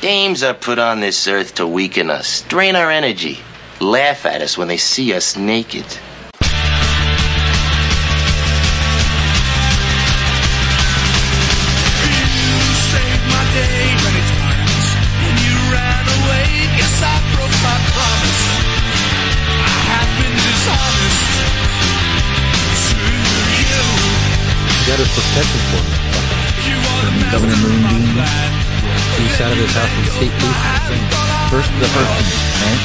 Games are put on this earth to weaken us, drain our energy, laugh at us when they see us naked. got his protection for him. Governor Moonbeam, peace out of his house and state police. First, the first one, right?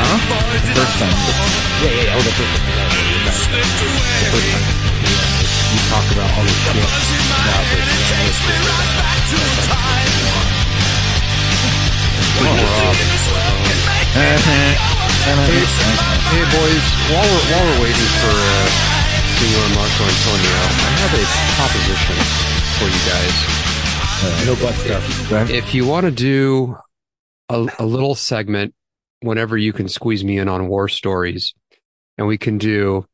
The first time. Yeah, yeah, yeah. Oh, the first one. Yeah, yeah, yeah. The first time. You talk about all this shit. Now, but, yeah, all this shit. Hey boys, while we're, while we're waiting for uh, Senor Marco Antonio, I have a proposition for you guys. No butt stuff. If you want to do a, a little segment whenever you can squeeze me in on war stories, and we can do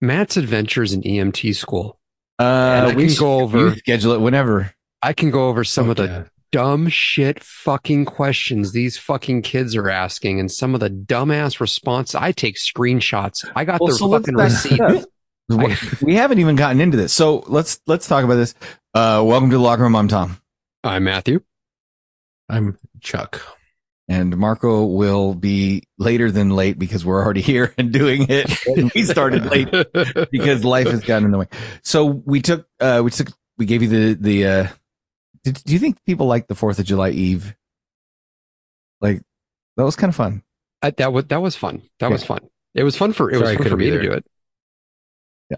Matt's adventures in EMT school. And I Uh, we can should- go over. You schedule it whenever. I can go over some of the Yeah. dumb shit fucking questions these fucking kids are asking, and some of the dumbass response. I take screenshots. I got Well, the so let's fucking back receipt. up. We- we haven't even gotten into this, so let's let's talk about this. Uh, welcome to the locker room. I'm Tom, I'm Matthew. I'm Chuck. and Marco will be later than late because we're already here and doing it. we started late because life has gotten in the way. So we took uh, we took we gave you the the. Uh, did, do you think people like the Fourth of July Eve? Like that was kind of fun. I, that was that was fun. That was fun. It was fun for it Sorry I was fun for couldn't be me to there. do it. Yeah.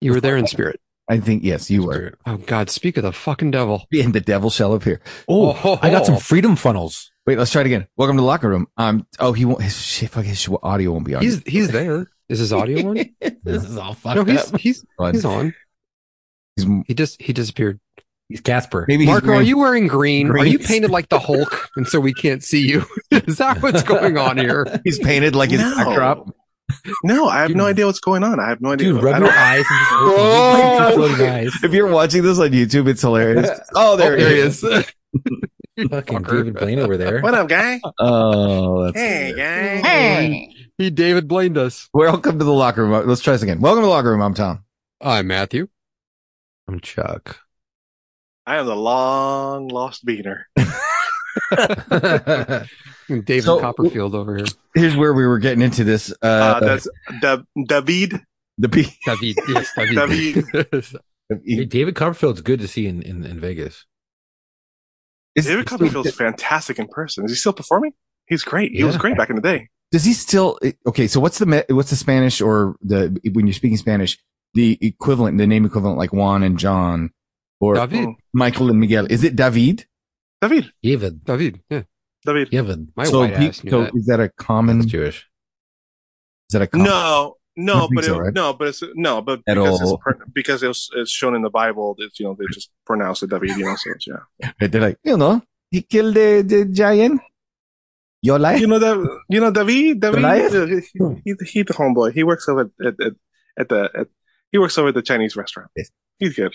you were there in spirit. I think yes, you were. Oh God, speak of the fucking devil. And the devil shall appear. Oh, Oh, I got some oh. freedom funnels. Wait, let's try it again. Welcome to the locker room. Um. Oh, he won't. His, shit, fuck. His audio won't be on. He's he's there. Is his audio on? this is all fucked No, he's he's Fun. he's on. He's- He just he disappeared. He's Casper. maybe he's Marco, are wearing- you wearing green? Are Green. you painted like the Hulk, and so we can't see you? Is that what's going on here? He's painted like his No. backdrop. No, I have no Dude. idea what's going on. I have no idea. Dude, I rub don't- your eyes and just Oh. floating eyes. If you're watching this on YouTube, it's hilarious. Oh, there, Oh, he there he is. Fucking Fucker. David Blaine over there. What up, gang? Oh, that's Hey, hilarious. gang. He David blamed us. Welcome to the locker room. Let's try this again. Welcome to the locker room. I'm Tom. I'm Matthew. I'm Chuck. I am the long lost beaner. Uh, And David So- Copperfield over here. Here's where we were getting into this. Uh, Uh, Ah, that's da- David. the E. B. David, yes, David. Hey, David Copperfield's good to see in, in, in Vegas. Is- David Copperfield's fantastic in person. Is he still performing? He's great. He was Yeah. great back in the day. Does he still? eh, Okay, so what's the me- what's the Spanish or the when you're speaking Spanish, the equivalent, the name equivalent, like Juan and John, or David. Michael and Miguel? Is it David? David. David. David. Yeah. David. David. My so white pe- ass knew so that. is that a common? That's Is Jewish. that a common? No, I no, don't think but it, so, right? no, but it's no, but At because it's all. per, because it's, it's shown in the Bible, it's you know they just pronounce it David. You know, so it's, yeah. They're like, you know, he killed the, the giant. Your life? You know that you know David. David. Goliath? uh, He, Hmm. he, he the homeboy. He works over at at, at the at, he works over at the Chinese restaurant. Yes. He's good.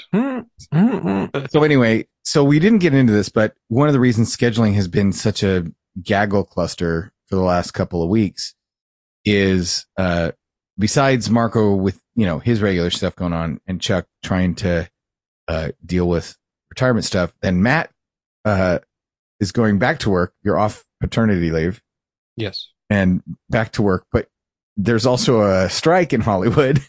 So anyway, so we didn't get into this, but one of the reasons scheduling has been such a gaggle cluster for the last couple of weeks is, uh, besides Marco with, you know, his regular stuff going on and Chuck trying to, uh, deal with retirement stuff, then Matt, uh, is going back to work. You're off paternity leave Yes. and back to work, but there's also a strike in Hollywood.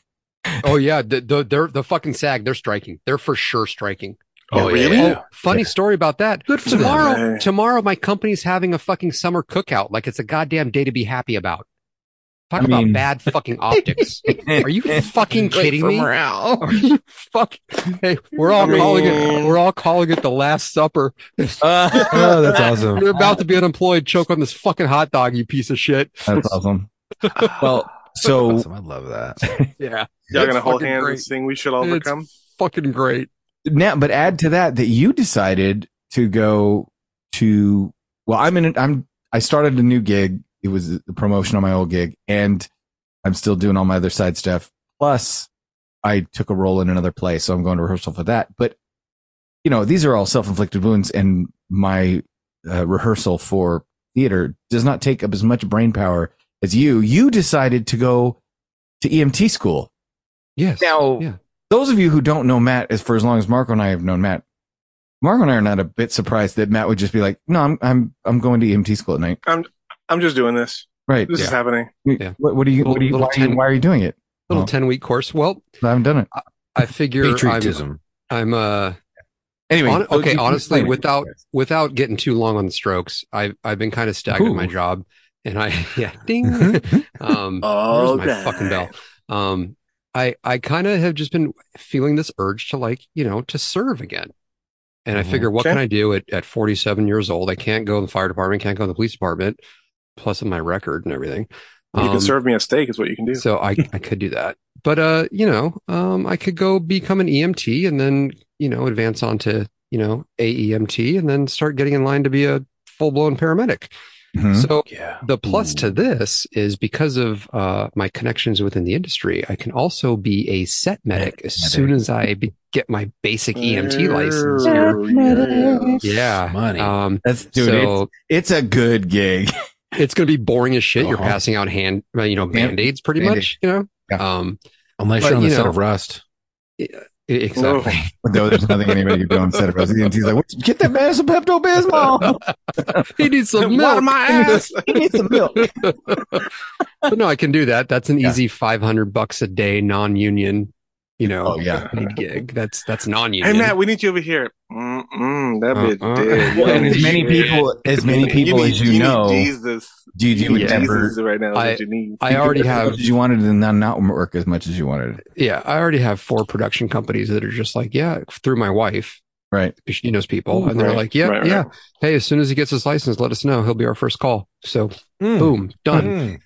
Oh yeah, the, the they're the fucking SAG. They're striking. They're for sure striking. Oh, Yeah, really? yeah. Oh, funny story about that. Good for them. tomorrow. Yeah. Tomorrow, my company's having a fucking summer cookout. Like it's a goddamn day to be happy about. Talk I about mean- bad fucking optics. Are you fucking kidding me? Are you fuck? Hey, we're all I mean- calling it. We're all calling it the Last Supper. oh, that's awesome. You're about to be unemployed. Choke on this fucking hot dog, you piece of shit. That's awesome. Well, so Awesome. I love that. Yeah, Y'all gonna It's hold fucking hands great. and sing "We Shall It's Overcome." fucking great. now, but add to that that you decided to go to. Well, I'm in. I'm. I started a new gig. It was the promotion on my old gig, and I'm still doing all my other side stuff. Plus, I took a role in another play, so I'm going to rehearsal for that. But you know, these are all self-inflicted wounds, and my uh, rehearsal for theater does not take up as much brain power as you. You decided to go to EMT school. Yes. Now, Yeah. those of you who don't know Matt, as for as long as Marco and I have known Matt, Marco and I are not a bit surprised that Matt would just be like, "No, I'm I'm I'm going to EMT school at night." I'm just doing this. Right? This is happening. Yeah. What, what do you? What do you? Little Why, are you ten- why are you doing it? Little Oh. 10 week course. Well, I haven't done it. I figure I'm- Patriotism. I'm, uh, Anyway, Hon- so okay, you- you honestly, explain it. without- without getting too long on the strokes, I've, I've been kind of stagnant in my Ooh. Mm-hmm. job and I, yeah, ding. Mm-hmm. um, Oh, Where's my fucking bell? Um, I I kind of have just been feeling this urge to like you know to serve again, and I Mm-hmm. Mhm. figure what Okay. can I do at at 47 years old? I can't go in the fire department, can't go in the police department, plus of my record and everything. You Um, can serve me a steak, is what you can do. so I I could do that, but uh, you know, um, I could go become an EMT and then you know advance on to you know AEMT and then start getting in line to be a full blown paramedic. Mhm. So Yeah. the Hmm. plus to this is because of uh, my connections within the industry, I can also be a set medic as soon as I be- get my basic EMT E license here. Ah, Yeah. Money. Um, That's dude. so it's, it's a good gig. it's, going to be boring as shit. You're Uh-huh. passing out hand, uh, you know, Yeah. band aids pretty Band-Aid. much, you know? Yeah. Um, Unless but, you're on the you set know- of Rust. e- exactly. Though there's nothing anybody could do on set of E residency. He's like, "What- get that man some Pepto Bismol. he needs some Water milk. my ass. He needs some milk. But no, I can do that. That's an Yeah. easy 500 bucks a day, non-union, you know, Oh yeah. paid gig. That's, that's non-union. Hey Matt, we need you over here. Mm-mm, that bitch Uh-uh. did. Well, and You as many need- people as many people need- as you, need know, Jesus, do you, would need never. Jesus right now. is I- what you need. I already as have much as you wanted and not not work as much as you wanted. yeah, I already have four production companies that are just like, yeah, through my wife, Right. because she knows people, Ooh, and they're right, like, yeah, right, right. yeah, hey, as soon as he gets his license, let us know. He'll be our first call. So, boom, done. Mm.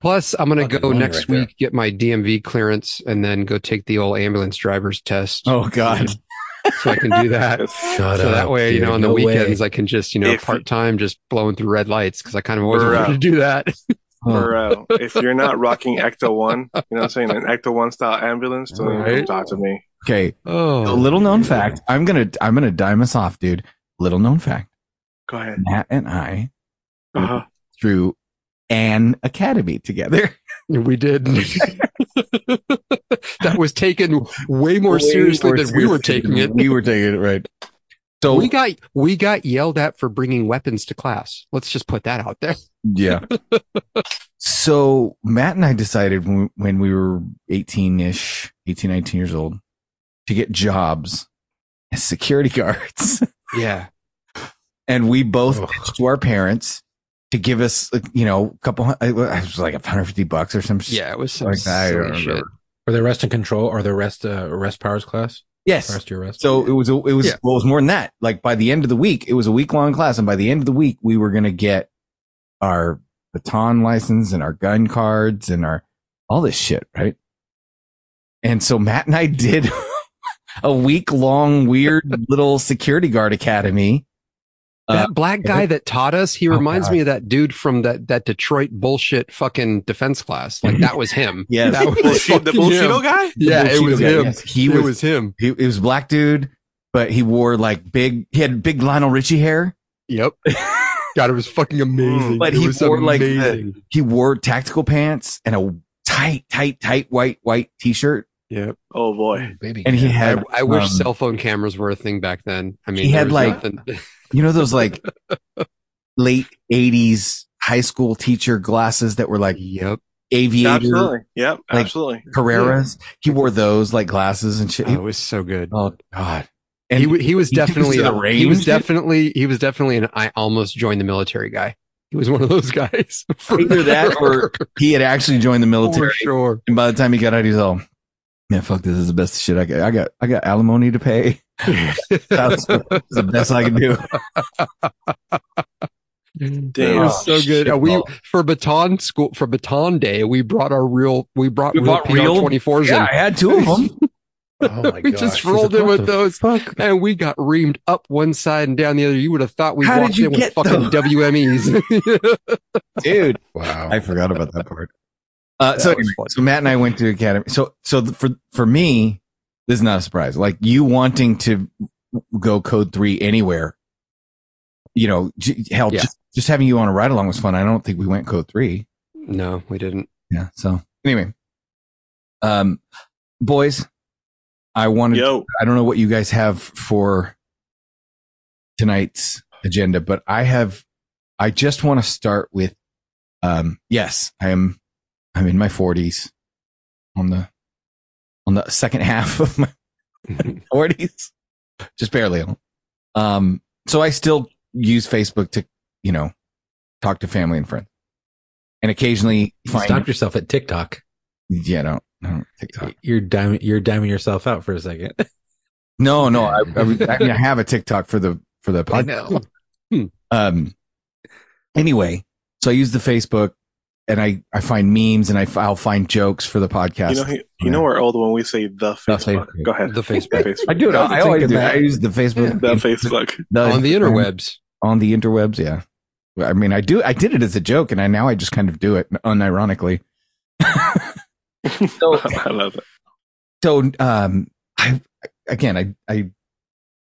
Plus, I'm gonna Fucking go money next right there. week get my DMV clearance, and then go take the old ambulance driver's test, Oh God. so I can do that. Yes. Shut so up. that way, you dude. know, on the No way. weekends, I can just, you know, If- part time, just blowing through red lights because I kind of always Bruh. wanted to do that. Bro, uh, if you're not rocking Ecto One, you know what I'm saying, an Ecto One style ambulance, don't even Right. talk to me. Okay. A Oh, little known fact. I'm gonna I'm gonna dime us off, dude. Little known fact. Go ahead. Matt and I Uh-huh. through an academy together. we did. that was taken way more seriously than we were taking it. We were taking it right. So we got we got yelled at for bringing weapons to class. Let's just put that out there. Yeah. so Matt and I decided when, when we were 18 ish, 18, 19 years old to get jobs as security guards. Yeah, and we both Ugh. pitched to our parents to give us, like, you know, a couple, hun- I I was like 150 bucks or some shit. yeah, it was some Like, I don't silly remember. shit. Were they rest and control or the rest uh, rest powers class? Yes. Rest your rest. So it was, a, it was, Yeah. well, it was more than that. Like by the end of the week, it was a week long class. And by the end of the week, we were going to get our baton license and our gun cards and our, all this shit. Right. And so Matt and I did a week long, weird little security guard academy. that black guy that taught us, he Uh, Oh, reminds God. me of that dude from that that Detroit bullshit fucking defense class. Like that was him. Yes. that was Bullshit, the fucking him. Bullshito guy? Yeah, it was Yeah, him. yes. He it was, was him. he, he was a black dude, but he wore like big, he had big Lionel Richie hair. Yep. God, it was fucking amazing. But it he was wore, like, the- amazing. He wore tactical pants and a tight, tight, tight white, white t-shirt. Yep. Oh boy. baby. And he had, I, I wish um, cell phone cameras were a thing back then. I mean, He there had, was like- nothing- You know those like late eighties high school teacher glasses that were like yep. Oh, aviator Absolutely. Yep, Like- absolutely. Carreras? He wore those like glasses and shit. He- Oh, it was so good. oh God. and he, wa- he was he took us definitely to the a- he range? was definitely he was definitely an I almost joined the military guy. He was one of those guys. For Either that or- He had actually joined the for military. sure. And by the time he got out, he's all, yeah, fuck, this is the best shit I got. I got, I got alimony to pay. That's the best I can do. It Damn. was so good. Uh, we for baton school for baton day, we brought our real we brought We real bought real- PR twenty fours Yeah, in. I had two of them. oh my we just rolled in with those, Fuck. and we got reamed up one side and down the other. You would have thought we How did walked you in with get fucking those? WMEs. Dude. Wow. I forgot about that part. Uh, so, was anyway, fun. so Matt and I went to academy. So, so th- for for me, this is not a surprise. Like you wanting to go code three anywhere you know, j- hell, Yeah. just, just having you on a ride along was fun. I don't think we went code three. No, we didn't. Yeah. So anyway, um, boys, I wanted, Yo, I don't know what you guys have for tonight's agenda, but I have, I just want to start with, um, yes, I am, I'm in my forties on the, on the second half of my forties, just barely. Um, so I still use Facebook to, you know, talk to family and friends and occasionally You find, stopped yourself at TikTok. yeah, I don't, I don't TikTok. You're diming, you're diming yourself out for a second. No, no. I, I, was- I mean, I have a TikTok for the for the podcast. know. Um. Anyway, so I use the Facebook, and I I find memes, and I f- I'll find jokes for the podcast. you know, he- you know, we're old when we say the Facebook. Facebook. Go ahead. The The Facebook. Facebook. I do it. I, I always do. I use the Facebook The Facebook. the- On the interwebs. on the interwebs. Yeah. I mean, I do. I did it as a joke, and I now I just kind of do it unironically. so I love it. so um i again i i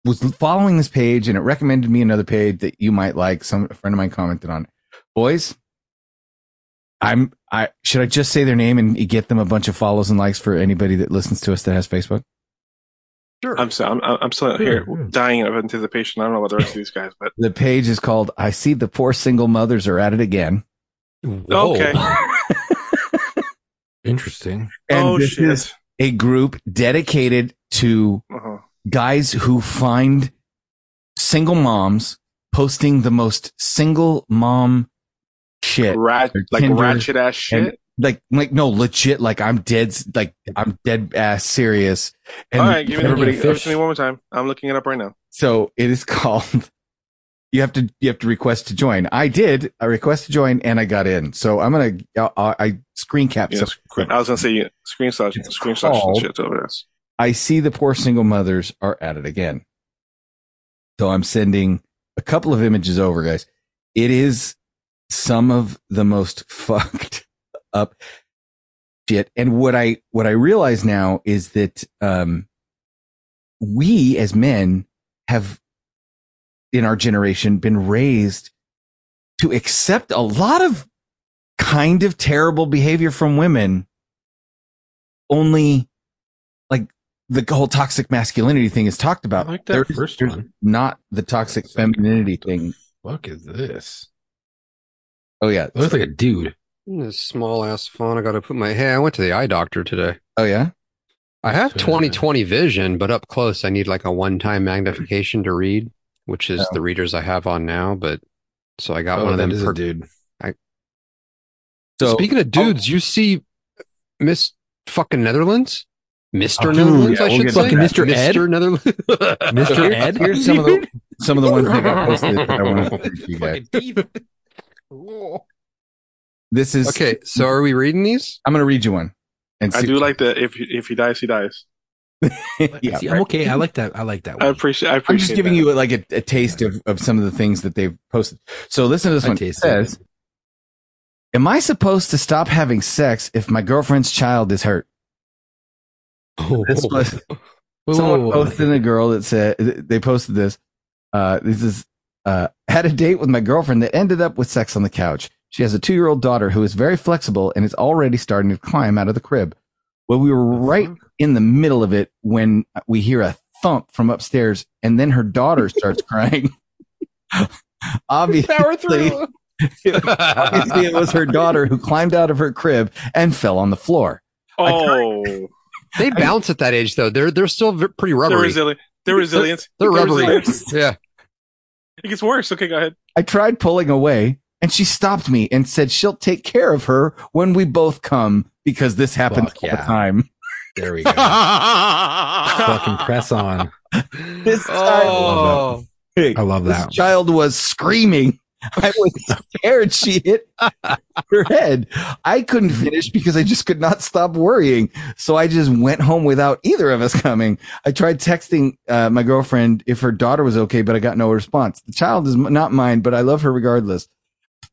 was following this page and it recommended me another page that you might like some a friend of mine commented on it. boys i'm i should i just say their name and get them a bunch of follows and likes for anybody that listens to us that has facebook Sure. I'm so I'm I'm still here, Sure. dying of anticipation. I don't know about the rest of these guys, but the page is called i see the poor single mothers are at it again Whoa. Okay. Interesting. and oh this shit. is a group dedicated to Uh-huh. guys who find single moms posting the most single mom shit Rat, They're like Tinder ratchet ass shit. and- like like no legit like i'm dead s- like i'm dead ass serious and All right, give and me everybody. fish. Give it to me one more time. I'm looking it up right now. so it is called you have to you have to request to join i did i request to join and i got in so i'm gonna i, I- I screen cap Yeah, some- screen- I was gonna say screenshot, It's screenshot some called- shit over there. i see the poor single mothers are at it again so i'm sending a couple of images over guys it is some of the most fucked up shit. And what I what I realize now is that um, we as men have in our generation been raised to accept a lot of kind of terrible behavior from women. Only like the whole toxic masculinity thing is talked I about. like that There's- first there's one. not the toxic femininity thing. Fuck is this? Oh yeah. It looks like a dude. This small ass phone. I got to put my. Hey, I went to the eye doctor today. Oh yeah. I have Sure. 2020 vision, but up close, I need like a one time magnification to read, which is Oh. the readers I have on now. But so I got Oh, one of that them. is per- a dude. So Speaking of dudes, you see Miss fucking Netherlands? Mr. Netherlands, I yeah, we'll should get say. to that. Fucking Mr. Ed? Mr. Netherlands. Mr. Ed? here's some of the some of the ones that got posted that I want to send to you guys. This is Okay, so are we reading these? I'm going to read you one. And I see- do like the if if he dies, he dies. yeah, See, right. I'm okay. I like that. I like that one. I appreciate. I I'm appreciate. just giving that. you like a, a taste of, of some of the things that they've posted. So listen to this I one. It taste says, "Am I supposed to stop having sex if my girlfriend's child is hurt?" This was Whoa, someone whoa, whoa. posted a girl that said they posted this. Uh, this is uh, had a date with my girlfriend that ended up with sex on the couch. She has a two year old daughter who is very flexible and is already starting to climb out of the crib. Well, we were right in the middle of it when we hear a thump from upstairs, and then her daughter starts crying. obviously, Power through. obviously, it was her daughter who climbed out of her crib and fell on the floor. Oh, They bounce at that age though. They're they're still v- pretty they're rubbery. resilient. They're resilient. They're rubbery. resilient. Yeah. It gets worse. Okay, go ahead. I tried pulling away and she stopped me and said she'll take care of her when we both come because this happens Fuck all the yeah. time. There we go. Fucking press on. This, Oh. I child, love this that. child was screaming. I was scared she hit her head. I couldn't Mm-hmm. finish because I just could not stop worrying. So I just went home without either of us coming. I tried texting uh, my girlfriend if her daughter was okay, but I got no response. The child is m- not mine, but I love her regardless.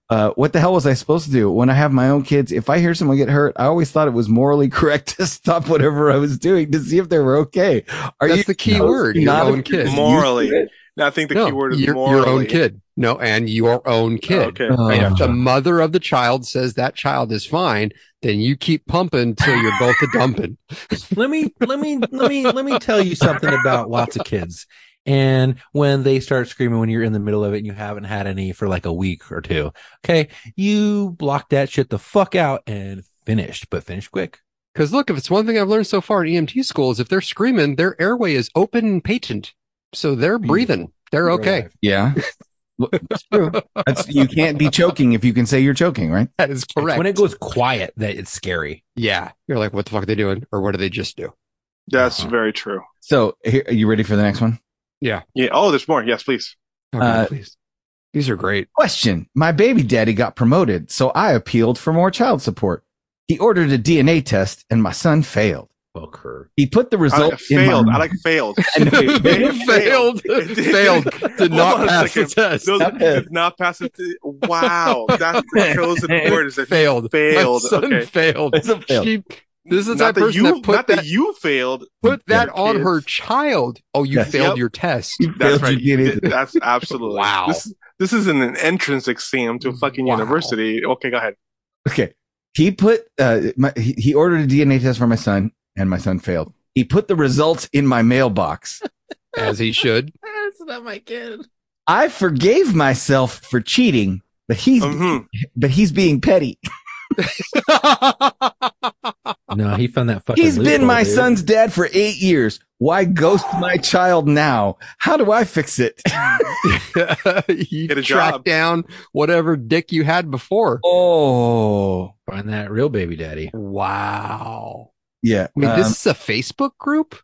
Uh, what the hell was I supposed to do when I have my own kids? If I hear someone get hurt, I always thought it was morally correct to stop whatever I was doing to see if they were okay. Are That's you the key word, your not own abused? kid. Morally. No, I think the no, key word is your, morally. your own kid. No, and your own kid. Uh, okay. Oh, If the mother of the child says that child is fine, then you keep pumping till you're both a dumping. let me let me let me let me tell you something about lots of kids and when they start screaming when you're in the middle of it and you haven't had any for like a week or two okay you block that shit the fuck out and finished but finish quick Because look, if it's one thing I've learned so far in EMT school is if they're screaming, their airway is open and patent, so they're Hmm. breathing. They're okay. yeah. That's, you can't be choking if you can say you're choking, right? That is It's correct. when it goes quiet that it's scary yeah, you're like, what the fuck are they doing, or what did they just do? That's very true. So, here, are you ready for the next one? Yeah. Oh, there's more. Yes, please. Oh, God, Uh, please. These are great. Question My baby daddy got promoted, so I appealed for more child support. He ordered a DNA test, and my son failed. fuck her He put the I result like in my failed. I like failed. failed. Failed. Did Hold on not a pass the second. test. Those did not pass it. to- Wow, that's the chosen word. Is that failed. failed. My son Okay. failed. It's a fail. She, this is not that that person you, that put not that, that, you failed. put that your on kids. her child. Oh, you Yes. failed Yep. your test. That's failed right. your You DNA did- That's absolutely Wow. This, this isn't an entrance exam to a fucking Wow. university. Okay, go ahead. Okay. He put uh, my, he, he ordered a DNA test for my son, and my son failed. He put the results in my mailbox. As he should. that's not my kid I forgave myself for cheating, but he's Mhm. but he's being petty. no he found that fucking He's been loophole, my dude. son's dad for eight years. Why ghost my child now? How do I fix it? you Get a track job. down whatever dick you had before. oh, find that real baby daddy Wow. yeah. I mean, Um, this is a Facebook group.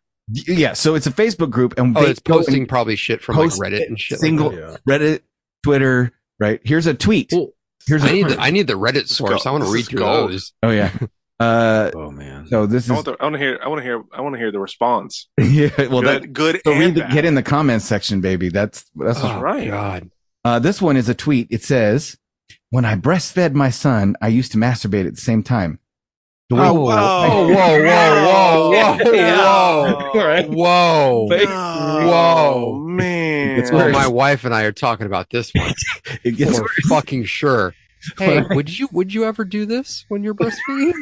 yeah. So it's a Facebook group, and Oh, they it's go and posting probably shit from like post Reddit and shit. Like Single Yeah. Reddit, Twitter. Right. Here's a tweet. Well, Here's that. I a need the, I need the Reddit source. I want This to is read through gold. those. oh yeah. Uh, oh man so this I is want, the, I want to hear. I want to hear. I want to hear the response. yeah, well, that, good, good so and read the, bad. get in the comments section, baby. That's that's Oh, right. God. uh, this one is a tweet. It says, "When I breastfed my son, I used to masturbate at the same time." The way- Oh, Whoa. whoa, whoa, whoa, whoa, Yeah. whoa. Whoa. Fake- No, Whoa. man! It's Well, worse. my wife and I are talking about this one it gets for worse. fucking sure. Hey, Right. would you would you ever do this when you're breastfeeding?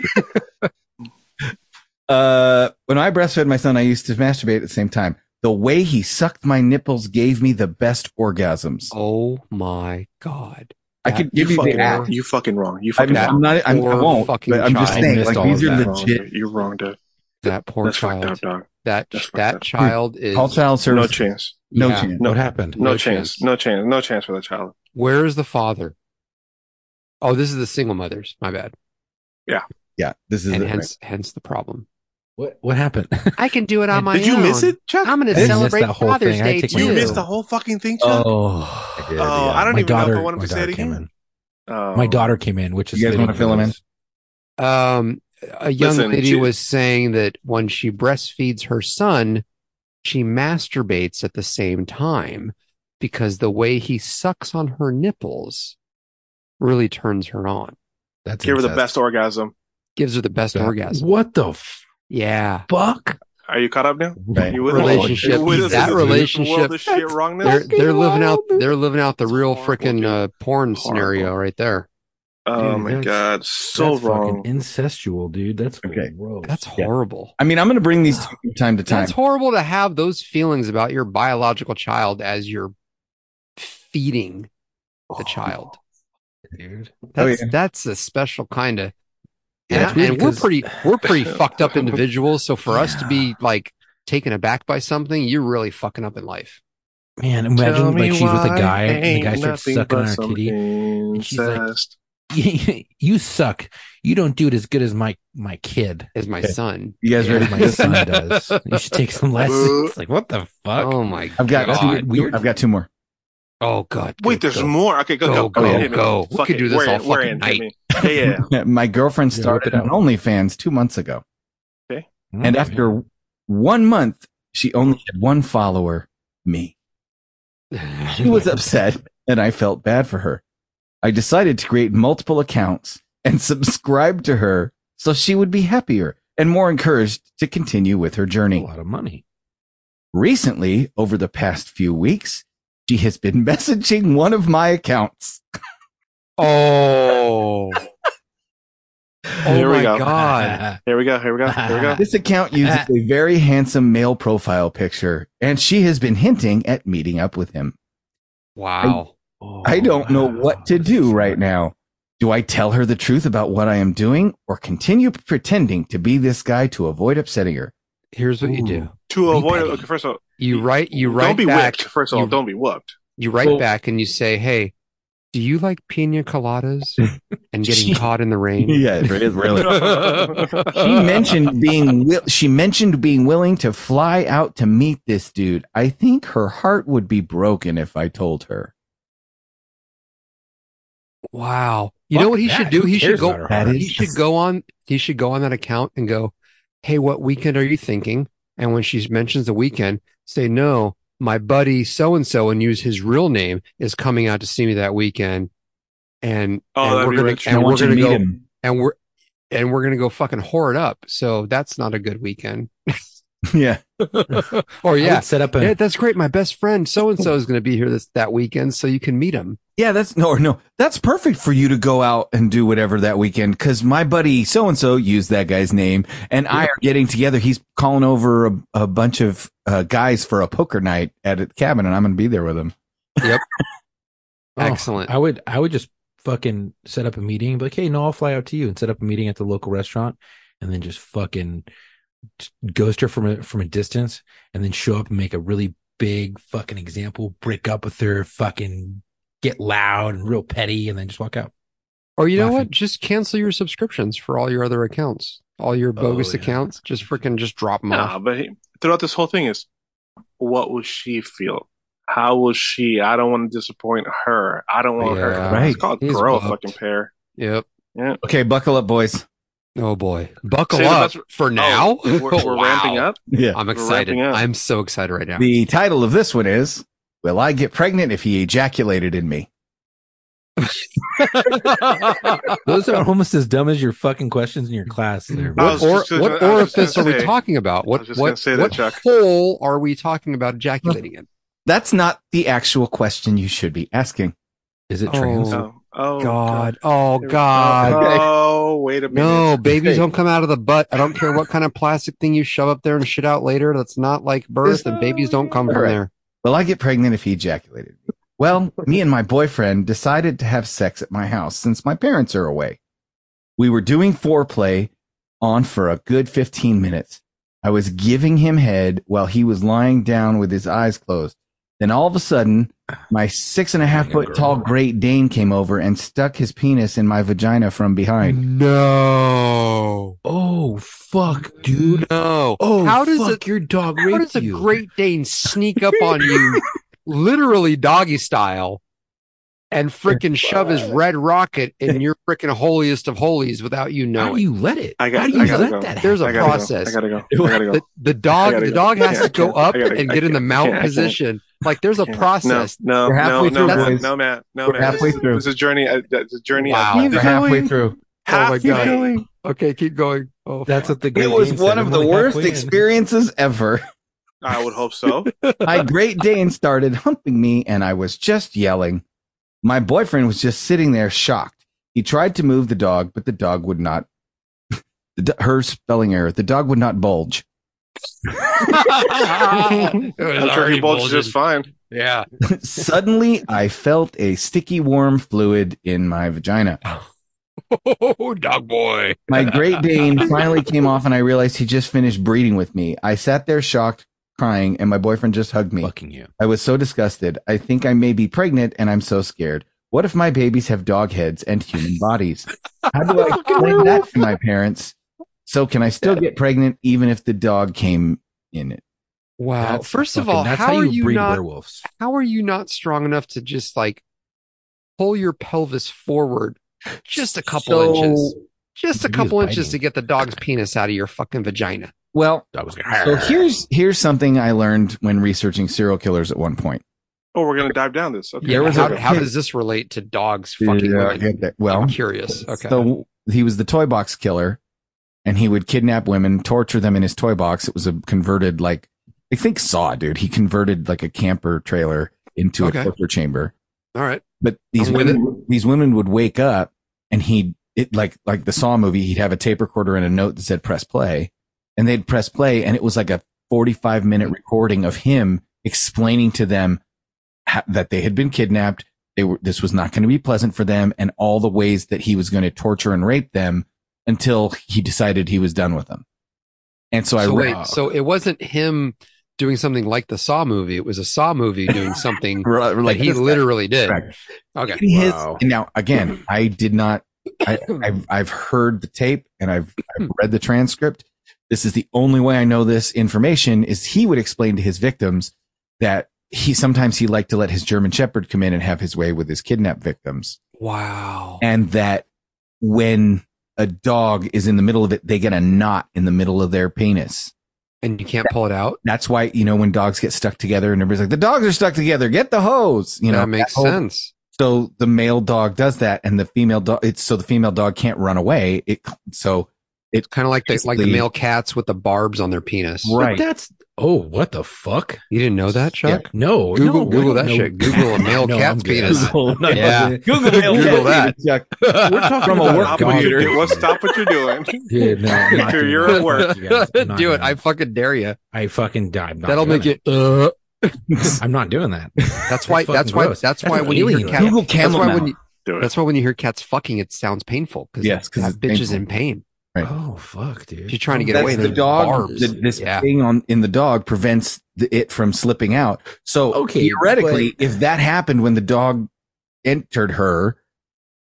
Uh, when I breastfed my son, I used to masturbate at the same time. The way he sucked my nipples gave me the best orgasms. oh my god! I could give you you fucking the wrong. app. You fucking wrong. You I'm, fucking I'm wrong. not. I'm, I Poor won't. fucking But I'm just child. saying, I missed like all these of are that. legit. You're wrong, dude. That poor That's fucked child. up, dog. That That's fucked that up. child is Call child No services. chance. No Yeah. chance. No. what happened No, No chance. chance. No chance. No chance for that child. Where is the father? Oh, this is the single mothers. My bad. Yeah, this is And it. hence, hence the problem. what what happened I can do it on my Did you miss it, Chuck? I'm going I to missed celebrate that whole Father's thing. I Day take too. my you Ew. missed the whole fucking thing, Chuck. oh I did, Oh, I don't my even know if I daughter- wanted to my say daughter it came again. in. Oh. my daughter came in which is You guys wanna fitting fill 'em for in? this. Um, a young Listen, lady she- was saying that when she breastfeeds her son, she masturbates at the same time because the way he sucks on her nipples really turns her on, that's Give her the incest. best orgasm. gives her the best That- orgasm. What the Yeah. fuck? Are you caught up now? Right. You with us? Relationship. You with us That in the relationship. World of shit That's- wrongness? They're they're living out horrible. they're living out the It's real horrible, freaking dude. uh, porn Horrible. scenario right there. oh Dude, my that's- god, so That's wrong. fucking incestual, dude. That's Okay. gross. That's Yeah. horrible. I mean, I'm going to bring these from time to time. That's horrible to have those feelings about your biological child as you're feeding Oh. the child. dude. That's yeah. that's a special kind of Yeah, it's and, weird and we're 'cause- pretty we're pretty fucked up individuals. So for us to be like taken aback by something, you're really fucking up in life. Man, Tell imagine me like she's with a why guy and the guy ain't starts nothing sucking but on her some kitty. she's like- incest. you suck. You don't do it as good as my my kid. Is my Okay. son. You guys Yeah, ready for my this? son does. You should take some lessons. like what the fuck? Oh my I've got god. two, I've got two more. Oh god. Wait, there's more. Okay, go, go, Go, go. go, Hit me. go. We Fuck could it. do this We're all in, we're fucking in. night. Hit me. Yeah, yeah. My girlfriend Yeah, started rip on it out. OnlyFans two months ago. Mm, And after one month, she only had one follower, me. She was upset, and I felt bad for her. I decided to create multiple accounts and subscribe to her so she would be happier and more encouraged to continue with her a journey. lot of money. Recently, over the past few weeks, She has been messaging one of my accounts. Oh. oh Here we my go. god. Here we go. Here we go. Here we go. This account uses a very handsome male profile picture, and she has been hinting at meeting up with him. Wow. Oh, Oh, I don't know what to do right now. Do I tell her the truth about what I am doing or continue pretending to be this guy to avoid upsetting her? Here's what you do. To Be avoid, petty. okay, first of all, You write you write don't be back. whipped. First of all, you- don't be whooped. You write Well- back and you say, "Hey, do you like pina coladas and getting caught in the rain?" Yeah, really. she mentioned being wi- she mentioned being willing to fly out to meet this dude. I think her heart would be broken if I told her. Wow. You Fuck know what he that. should do? Who He should cares go about her That heart? is- he should go on he should go on that account and go, Hey, what weekend are you thinking? And when she mentions the weekend, say, No, my buddy so and so and use his real name is coming out to see me that weekend. And, Oh, and that'd we're be gonna rich. and I we're want you gonna to meet go him. and we're and we're gonna go fucking whore it up. So that's not a good weekend. Yeah, Or yeah. yeah. set up a Yeah, that's great. My best friend so and so is gonna be here this that weekend, so you can meet him. yeah. That's no, no. That's perfect for you to go out and do whatever that weekend. Because my buddy so and so used that guy's name, and I are getting together. He's calling over a, a bunch of uh, guys for a poker night at a cabin, and I'm going to be there with him. Oh, Excellent. I would I would just fucking set up a meeting, be like, hey, no, I'll fly out to you and set up a meeting at the local restaurant and then just fucking t- ghost her from a from a distance and then show up and make a really big fucking example, break up with her, fucking get loud and real petty and then just walk out. Or you know what? Laughing. Just cancel your subscriptions for all your other accounts, all Oh, your bogus yeah. accounts. Just freaking just drop them Nah, off. but he, throughout this whole thing is, what will she feel? How will she? I don't want to disappoint her. I don't want her. Yeah. Right. It's called He's grow a whooped. fucking pair. Yep. Okay, buckle up, boys. Oh boy. Buckle Say the up best- for now. Oh, we're we're Wow. ramping up. Yeah. I'm We're excited. ramping up. I'm so excited right now. The title of this one is "Will I Get Pregnant If He Ejaculated in Me?" Those are almost as dumb as your fucking questions in your class there. I what was or, just gonna- what I was just orifice are gonna we say- talking about? I was What just gonna what, say that, what Chuck. hole are we talking about ejaculating in? That's not the actual question you should be asking. Is it trans? Oh. Oh, oh God. Oh Here we go. God. Oh, wait a minute. No, babies Okay. don't come out of the butt. I don't care what kind of plastic thing you shove up there and shit out later. That's not like birth, and babies don't come from Alright. there. Will I get pregnant if he ejaculated? Well, me and my boyfriend decided to have sex at my house since my parents are away. We were doing foreplay on for a good 15 minutes. I was giving him head while he was lying down with his eyes closed. Then all of a sudden, my six and a half foot tall Great Dane came over and stuck his penis in my vagina from behind. No. Oh fuck, dude. No. Oh, how does fuck, a, your dog how rape does a you? Great Dane sneak up on you, literally doggy style, and frickin' shove his red rocket in your frickin' holiest of holies without you How do knowing? you let it? I got- How do I you gotta let go. that There's a I gotta process. Go. I gotta go. I gotta go. The, the I dog, gotta the go. dog has Yeah, I to go can't. up I gotta- and I get in the can't. mount Yeah, I can't. position. Like there's a Can't. process. No, We're halfway through, no, no, no, Matt, boys. no, Matt, no, We're Matt. halfway this, through. This is a journey. Uh, that's a journey. Wow. Uh, Keep We're halfway through. Oh my Half- god. Okay, keep going. Oh, That's what the Great It was Dane said. one I'm of the only worst halfway in. experiences ever. I would hope so. My Great Dane started humping me and I was just yelling. My boyfriend was just sitting there shocked. He tried to move the dog, but the dog would not. The do- her spelling error. The dog would not bulge. I'm sure he bulges just fine. Yeah. Suddenly, I felt a sticky, warm fluid in my vagina. Oh, dog boy. My Great Dane finally came off and I realized he just finished breeding with me. I sat there shocked, crying, and my boyfriend just hugged me. Fucking you. I was so disgusted. I think I may be pregnant and I'm so scared. What if my babies have dog heads and human bodies? How do Oh I explain that to my parents? So can I still get pregnant even if the dog came in it? Wow. That's First of fucking- all, that's how, are you breed not werewolves? how are you not strong enough to just like pull your pelvis forward just a couple So- inches? Just a He was couple inches biting. to get the dog's penis out of your fucking vagina. Well, Dog was like, so here's here's something I learned when researching serial killers at one point. Oh, we're gonna dive down this. Okay. Yeah, was how, a- how does this relate to dogs fucking Yeah, I women? get that. Well, I'm curious. Okay. so he was the toy box killer and he would kidnap women, torture them in his toy box. It was a converted like I think saw, dude. He converted like a camper trailer into Okay. a torture chamber. All right. But these I'm with women, these women would wake up and he'd, it, like, like the Saw movie, he'd have a tape recorder and a note that said press play and they'd press play and it was like a 45 minute recording of him explaining to them ha- that they had been kidnapped. They were, this was not going to be pleasant for them and all the ways that he was going to torture and rape them until he decided he was done with them. And so, I So read, wait, so it wasn't him doing something like the Saw movie. It was a Saw movie doing something like uh, like he literally did. Correct. Okay. his- Wow. and now again, I did not. I, Hmm. I've, I've heard the tape and I've, I've read the transcript. This is the only way I know this information is he would explain to his victims that he sometimes he liked to let his German Shepherd come in and have his way with his kidnapped victims, Wow. and that when a dog is in the middle of it, they get a knot in the middle of their penis. And you can't pull it out. That's why you know when dogs get stuck together and everybody's like the dogs are stuck together, get the hose. You know that makes whole- sense. so the male dog does that and the female dog it's so the female dog can't run away it so It's kind of like the like the Basically- male cats with the barbs on their penis. But right that's oh, what the fuck? You didn't know that, Chuck? No, Google no, Google no, that no. shit. Google a male No, cat's I'm good. penis. Yeah. google, Google that. We're talking From a about work stop what you're computer. doing. Well, stop what you're doing. Yeah, no, I'm not doing You're that. at work. You guys, I'm not Do it. doing I fucking dare you. that. I fucking die. I'm not That'll doing make you. Uh, that. I'm not doing that. that's why. fucking That's why. gross. That's why an when you hear alien. cats. Google That's camel why mouth. when you, Do it. that's why when you hear cats fucking, it sounds painful. Cause Yes, 'cause that it's bitch is in pain. Right. Oh fuck, dude. She's trying to get That's away. the There's dog barbs. the, this Yeah. thing on in the dog prevents the, it from slipping out so Okay, theoretically if that happened when the dog entered her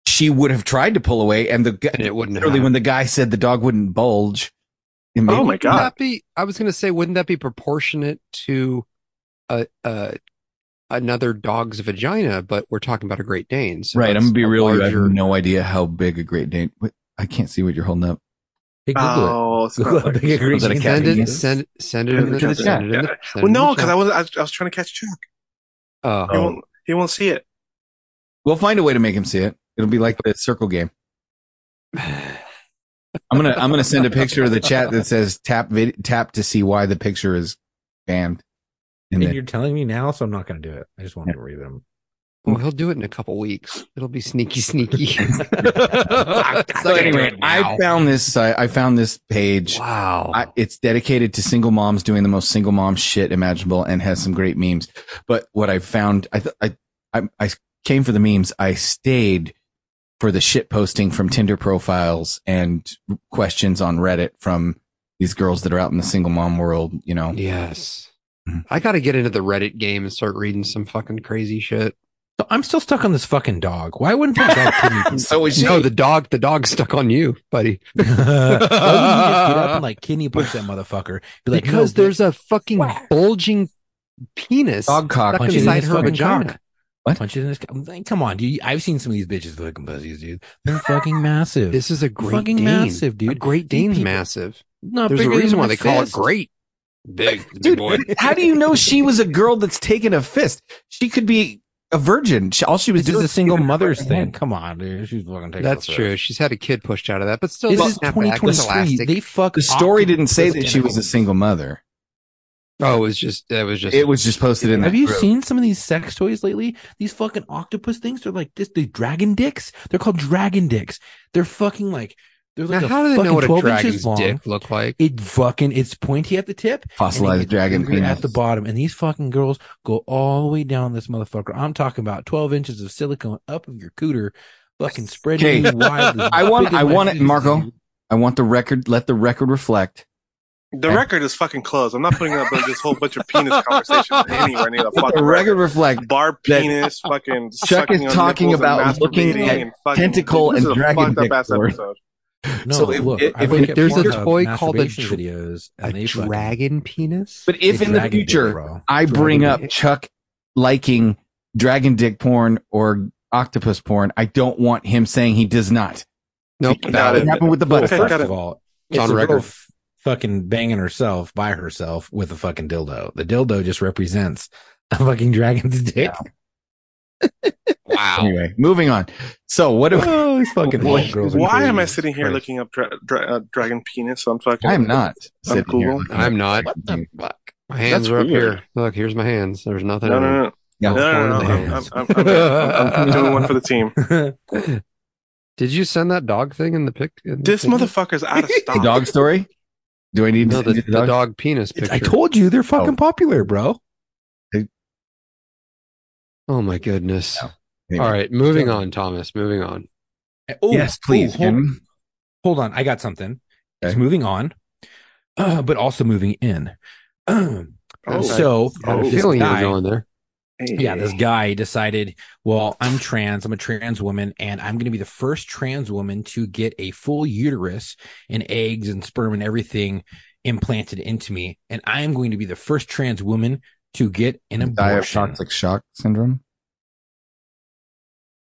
she would have tried to pull away and the gu- And it wouldn't literally have. when the guy said the dog wouldn't bulge it made- Oh my Wouldn't god. that be? I was gonna say, wouldn't that be proportionate to a uh, another dog's vagina? But we're talking about a Great Dane, so right i'm that's gonna be a real with you. i larger- have no idea how big a great dane what, i can't see what you're holding up Hey, Google it. Oh, it's Google not how like- big a Great Was it a Dane cat Send is. it, send, send it in the Yeah. send it in the- send it Well, in no, the because chat. I was I, was- I was trying to catch Chuck. Uh, Oh. He won't. He won't see it. We'll find a way to make him see it. It'll be like the circle game. I'm gonna I'm gonna send a picture of the chat that says tap vid- tap to see why the picture is banned. And And then you're telling me now, so I'm not going to do it. I just wanted to read them. Well, he'll do it in a couple weeks. It'll be sneaky, sneaky. so anyway, I found this site. I found this page. wow. I, it's dedicated to single moms doing the most single mom shit imaginable and has some great memes. But what I found, I th- I, I I came for the memes. I stayed for the shit posting from Tinder profiles and questions on Reddit from these girls that are out in the single mom world. You know, yes. Hmm. I got to get into the Reddit game and start reading some fucking crazy shit. So I'm still stuck on this fucking dog. Why wouldn't that dog kidney? so Oh, is No, the dog, the dog's stuck on you, buddy. Why wouldn't you just get up and like kidney punch that motherfucker? Be like, because no, there's a fucking bulging penis dog cock. stuck punch it in inside his her fucking vagina. cock. What? Punch it in his. I'm like, Come on, dude. I've seen some of these bitches fucking pussies, dude. They're fucking massive. This is a great Fucking Dane. massive, dude. A great These Dane's people- massive. Not There's a bigger than reason why my they call it fist. great. Big, Dude, Oh, how do you know she was a girl that's taken a fist? She could be a virgin. She, all she was This is doing a single mother's hand. thing. Come on, dude. She's fucking taking That's the true. She's had a kid pushed out of that, but still, This the is snapback, this 2023. elastic. They fuck. The story octopus didn't say that she was a tentacles. single mother. Oh, it was just that was just It was just posted in. Have that you group. seen some of these sex toys lately? These fucking octopus things. They're like this. They dragon dicks. They're called dragon dicks. They're fucking like. They're Now, like a how do they know fucking what a 12 dragon's inches long. dick look like? It fucking it's pointy at the tip, and it fossilized gets dragon bigger penis at the bottom, and these fucking girls go all the way down this motherfucker. I'm talking about 12 inches of silicone up of your cooter, fucking spreading Okay. wide. as I want- big as I my want it, fist, Marco. dude. I want the record. Let the record reflect. The record is fucking closed. I'm not putting up with this whole bunch of penis conversation anywhere near the The fucking record record. reflect Bar that penis, fucking. Chuck is sucking on talking nipples and about looking masturbating at and fucking, tentacle This and is a dragon fucked up dick ass porn. episode. No, So if- look, if- I if look it- at there's a Pornhub toy called a masturbation dra- videos, A and they fucking- dragon penis? But if they in the dragon dick, future bro. I bring Dragon up dick. Chuck liking dragon dick porn or octopus porn, I don't want him saying he does not. Nope. Got What it. happened with the butt? Okay, first got it. of all, It's it's on a record. girl f- fucking banging herself by herself with a fucking dildo. The dildo just represents a fucking dragon's dick. Wow. Anyway, moving on. So what do Oh, these fucking Why- hot girls are Why am I crazy. sitting here Christ. looking up dra- dra- uh, dragon penis? I'm fucking. I am not I'm sitting here Google. looking at I'm not. What the fuck? My hands That's are up weird. here. Look, here's my hands. There's nothing. No, in no, them. Yeah. no. No, no, no. Foreign no. I'm, lands. I'm, I'm, I'm, I'm doing one for the team. Did you send that dog thing in the pic? in the This thing? motherfucker's out of The stock. dog story? Do I need No, to the, do the dog? penis picture. I told you they're fucking Oh. popular, bro. oh my goodness. No, anyway. All right, moving on, Thomas. Moving on. Oh, yes, please. oh, hold, Jim. hold on. I got something. It's Okay. moving on, uh, but also moving in. Oh, so, I had a Oh, this feeling you were guy- going there. hey. yeah, this guy decided, well, I'm trans, I'm a trans woman, and I'm going to be the first trans woman to get a full uterus and eggs and sperm and everything implanted into me. And I'm going to be the first trans woman to get an Die of abortion. toxic shock syndrome.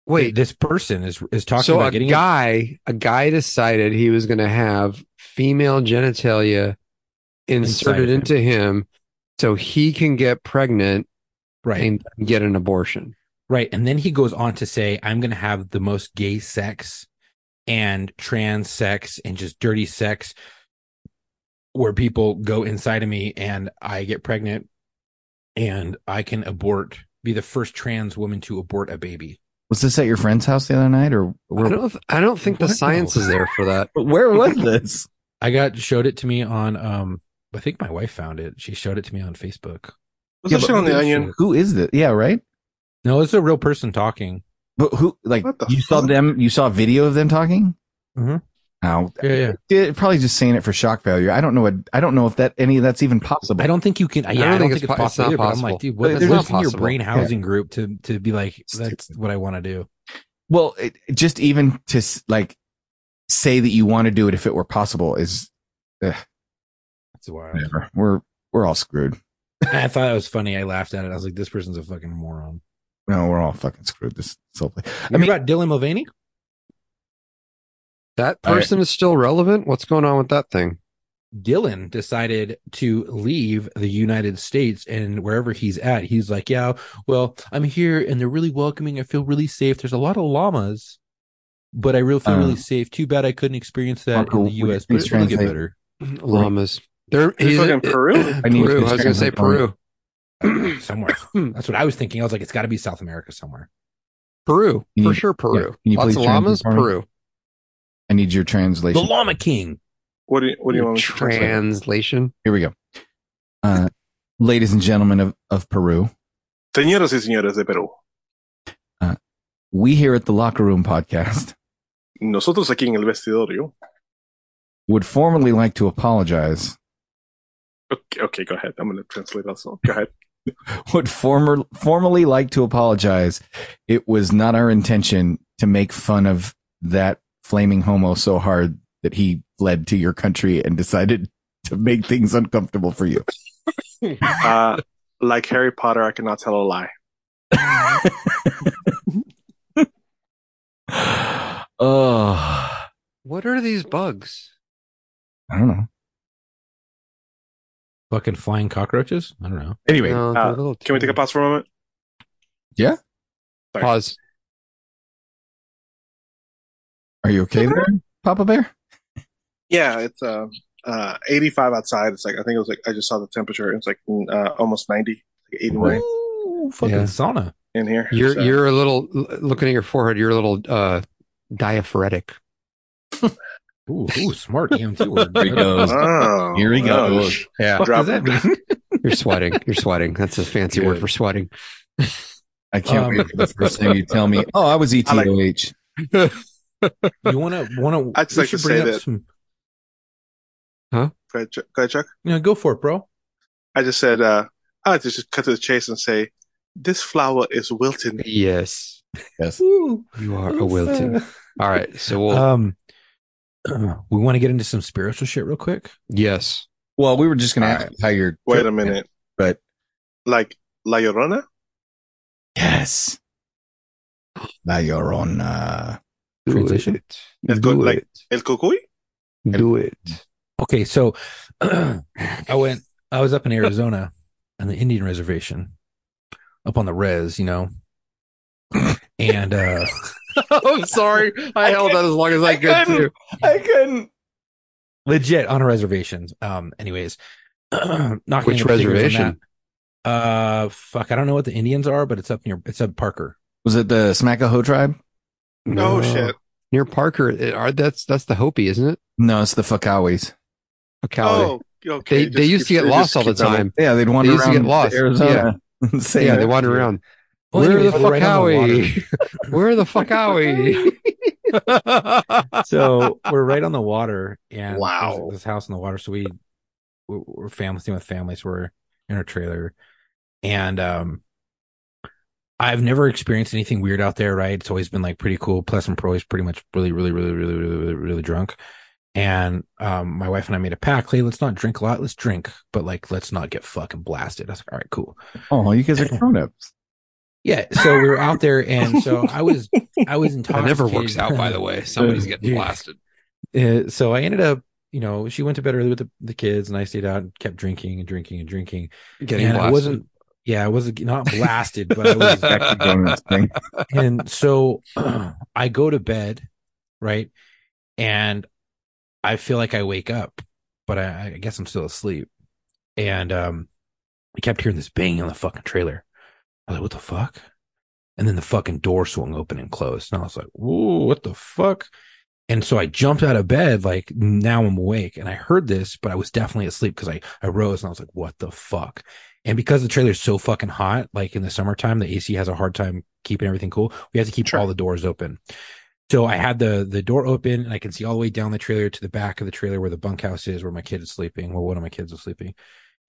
Wait, this person is is talking so a about getting guy, a guy decided he was going to have female genitalia Inside of inserted him. into him, so he can get pregnant right. and get an abortion. Right. And then he goes on to say, I'm going to have the most gay sex and trans sex and just dirty sex where people go inside of me and I get pregnant and I can abort, be the first trans woman to abort a baby. Was this at your friend's house the other night, or I where? don't. th- I don't think the Wow. science is there for that. Where was this? I got showed it to me on, um, I think my wife found it. She showed it to me on Facebook. Was that shit on the onion? Who is this? Yeah, right. No, it's a real person talking. But who? Like What the you saw fuck? Mm-hmm. them? You saw a video of them talking? Mhm. Oh, Yeah. Yeah. it- probably just saying it for shock value. I don't know. What, I don't know if that any of that's even possible. I don't think you can. Yeah, I don't, think, it's, po- it's possible. not either, but I'm possible. like, dude, what, It's there's not nothing in your possible. brain housing group to to be like, that's Stupid. what I want to do. Well, it, it just even to s- like say that you want to do it if it were possible is That's wild. whatever. We're we're all screwed. I thought it was funny. I laughed at it. I was like, this person's a fucking moron. No, we're all fucking screwed. This so I mean- mean, about Dylan Mulvaney? That All right. person is still relevant. What's going on with that thing? Dylan decided to leave the United States and wherever he's at, he's like, yeah, well, I'm here and they're really welcoming. I feel really safe. There's a lot of llamas, but I really feel Uh, really safe. Too bad I couldn't experience that Marco, in the would you U.S., but please it's going get translate? better. Llamas. They're Is this like in Peru? I need Peru. to I was going to say translate for Peru. somewhere. That's what I was thinking. I was like, it's got to be South America somewhere. Peru. Can For you- sure, Peru. can you Lots please of llamas. translate for me? Peru. I need your The translation. Llama King. What do you, what do you want me to translate? Translation. Here we go. Uh, ladies and gentlemen of, of Peru, Señoras y señores de Perú. we here at the Locker Room Podcast Nosotros aquí en el vestidorio. would formally like to apologize. Okay, okay, go ahead. I'm going to translate also. Go ahead. Would former formally like to apologize. It was not our intention to make fun of that flaming homo so hard that he fled to your country and decided to make things uncomfortable for you. Uh, like Harry Potter, I cannot tell a lie. oh, What are these bugs? I don't know. Fucking flying cockroaches? I don't know. Anyway, No, they're uh, little Can we take a tiny. pause for a moment? break? Pause. are you okay there, Papa Bear? Yeah, it's uh, uh, 85 outside. It's like, I think it was like, I just saw the temperature. It's like uh, almost 90, like 89 Ooh, fucking Yeah. sauna. in here. You're So- you're a little l- looking at your forehead. You're a little uh, diaphoretic. Ooh, ooh smart EMT word. There he goes. Oh, Here he oh, goes. sh- Yeah. What does that mean? You're sweating. You're sweating. That's a fancy word Good. for sweating. I can't Um, wait for the first time you tell me, oh, I was ETOH. I like- You want to want to? I'd just like to say that- Some, Go ahead, Chuck. Go ahead, Chuck. no, go for it, bro. I just said, uh, I had to just cut to the chase and say, this flower is wilting. Yes, yes. Ooh, you are a Wilton. All right. So we'll Um, we want to get into some spiritual shit real quick. yes. Well, we were just going to All ask you how you're. Wait a minute. But Like La Llorona? yes. Now you're on. Uh, Do Transition? it. Let's go, Do like- it. El Cucuy? Do it. Okay, so I went. I was up in Arizona on the Indian reservation, up on the res, you know, and uh Oh, I'm sorry. I held out as long as I could too. I couldn't. legit on a reservation. Um, anyways, not gonna Which get figures on reservation? that. Uh, fuck, I don't know what the Indians are, but it's up near it's up Parker. Was it the Smackahoe tribe? No. Oh shit. Near Parker, it, are, that's that's the Hopi, isn't it? No, it's the Fakawis. Oh, Ocala. okay. they they just used to keep- get they lost just all the keep going. time. Yeah, they'd wander They used to around get lost. Arizona. and say Yeah, they that. wander around. Well, Where anyways, the we're fuck right are on the water. we? Where the fuck are we? so we're right on the water and Wow. there's this house on the water so we we're- we're family staying with families we're in our trailer and um i've never experienced anything weird out there right it's always been like pretty cool plus i'm always pretty much really really really really really really, really drunk and um my wife and i made a pact hey let's not drink a lot let's drink but like let's not get fucking blasted i was like all right cool Oh, you guys are grown ups. yeah so we were out there and so i was i was That intoxicated never works out, by the way. Somebody's getting Yeah. blasted. uh, so I ended up, you know, she went to bed early with the, the kids, and I stayed out and kept drinking and drinking and drinking. Getting and blasted. I wasn't, yeah, I wasn't not blasted, but I was. Back to grown-ups thing. and so I go to bed, right, and I feel like I wake up, but I, I guess I'm still asleep. And um, I kept hearing this banging on the fucking trailer. I was like, "What the fuck?" And then the fucking door swung open and closed, and I was like, "Whoa, what the fuck?" And so I jumped out of bed, like now I'm awake, and I heard this, but I was definitely asleep because I I rose and I was like, "What the fuck?" And because the trailer's so fucking hot, like in the summertime, the AC has a hard time keeping everything cool. We have to keep Sure. all the doors open. So I had the the door open and I can see all the way down the trailer to the back of the trailer where the bunkhouse is, where my kid is sleeping. Well, one of my kids is sleeping.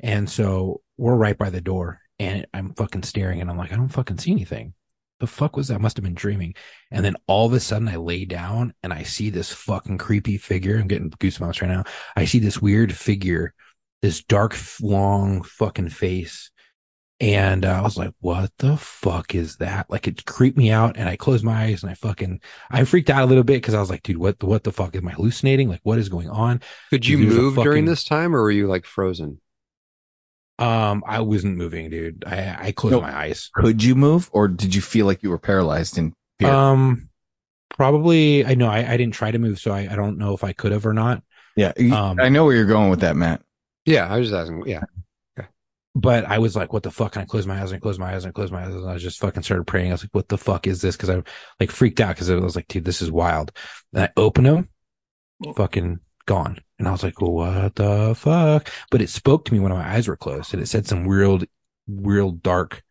And so we're right by the door and I'm fucking staring and I'm like, I don't fucking see anything. The fuck was that? I must have been dreaming. And then all of a sudden I lay down and I see this fucking creepy figure. I'm getting goosebumps right now. I see this weird figure, this dark, f- long fucking face. And uh, I was like, what the fuck is that? Like it creeped me out and I closed my eyes and I fucking, I freaked out a little bit because I was like, dude, what, what the fuck am I hallucinating? Like what is going on? Could you There's a move during fucking- this time, or were you like frozen? Um, I wasn't moving, dude. I, I closed Nope. my eyes. Could you move, or did you feel like you were paralyzed? And Fear. Um, probably I know I, I didn't try to move, so I, I don't know if I could have or not. yeah, you- Um, I know where you're going with that, Matt. Yeah, I was just asking. Yeah, But I was like, what the fuck? And I closed my eyes and I closed my eyes and I closed my eyes and I just fucking started praying. I was like, what the fuck is this? Cause I like freaked out because I was like, dude, this is wild. And I opened them, fucking gone. And I was like, what the fuck? But it spoke to me when my eyes were closed and it said some weird, real dark,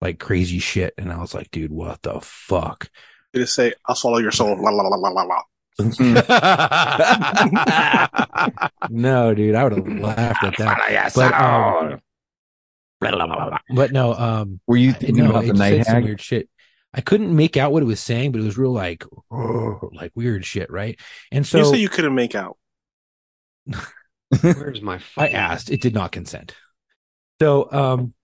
like crazy shit. And I was like, dude, what the fuck? They just say, "I'll swallow your soul." La la la la la la. no, dude, I would have laughed at that. But, um, but no, um, Were you no, thinking about it the just said night some hag? weird shit. I couldn't make out what it was saying, but it was real like, like weird shit, right? And so you said you couldn't make out. where's my? I fucking- asked. It did not consent. So, um,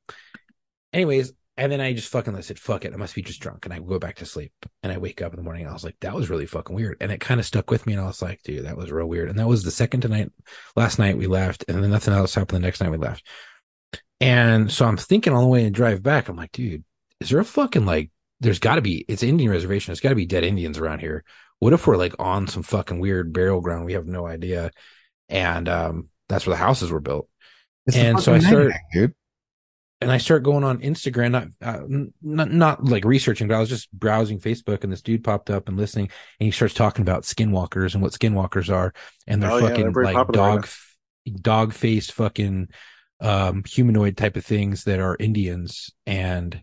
anyways, and then I just fucking I said, fuck it. I must be just drunk. And I go back to sleep and I wake up in the morning and I was like, that was really fucking weird. And it kind of stuck with me. And I was like, dude, that was real weird. And that was the second tonight. Last night we left and then nothing else happened. The next night we left. And so I'm thinking on the way and drive back. I'm like, dude, is there a fucking like, there's got to be, it's Indian reservation. There's got to be dead Indians around here. What if we're like on some fucking weird burial ground? We have no idea. And, um, that's where the houses were built It's the and so I fucking night started- hag, dude. and I start going on Instagram, not, uh, n- not not like researching, but I was just browsing Facebook, and this dude popped up and listening, and he starts talking about skinwalkers and what skinwalkers are, and they're Oh, yeah, fucking they're very like popular right dog now. dog faced fucking um, humanoid type of things that are Indians and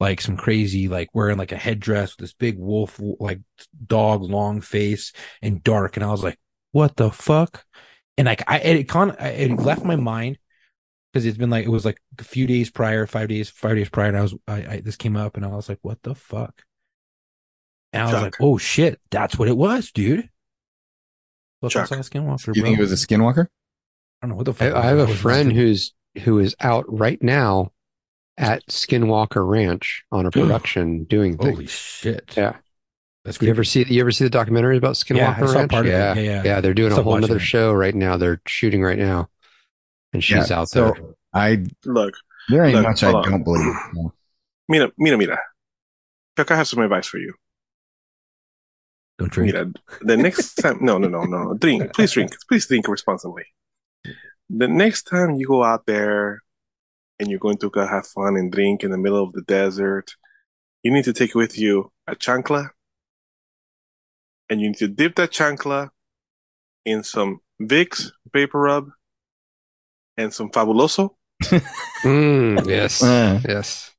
like some crazy like wearing like a headdress with this big wolf like dog long face and dark, and I was like, what the fuck? And like I it con I- it left my mind because it's been like it was like a few days prior, five days, five days prior, and I was I, I this came up and I was like, what the fuck? And I was Chuck. like, oh shit, that's what it was, dude. Look, I Chuck. saw a skinwalker, You bro. think it was a skinwalker? I don't know what the fuck. I, it I have was. a It was friend just- who's who is out right now at Skinwalker Ranch on a production doing things. holy shit. Yeah. that's You ever see you ever see the documentary about Skinwalker Yeah, I saw Ranch? part of it. yeah. Yeah, yeah. They're doing a Still whole watching other it. show right now. They're shooting right now, and she's Yeah, out so there. I Look, there ain't Look, much I hold on. don't believe. No. Mina, Mina, Mina. Chuck, I have some advice for you. Don't drink. Mina, the next time, no, no, no, no. Drink, please drink, please drink responsibly. The next time you go out there and you're going to go have fun and drink in the middle of the desert, you need to take with you a chancla and you need to dip that chancla in some Vicks vapor rub and some Fabuloso. Mm, yes. Uh, yes.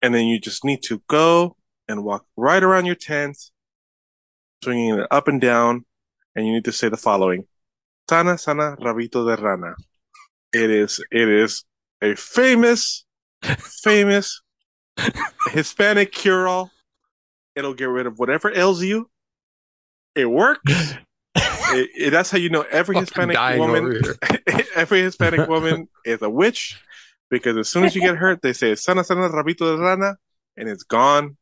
and then you just need to go and walk right around your tent, swinging it up and down, and you need to say the following: "Sana sana rabito de rana." It is it is a famous, famous Hispanic cure-all. It'll get rid of whatever ails you. It works. It- it- that's how you know every Fucking Hispanic dying woman over here. every Hispanic woman is a witch because as soon as you get hurt, they say "sana sana rabito de rana," and it's gone,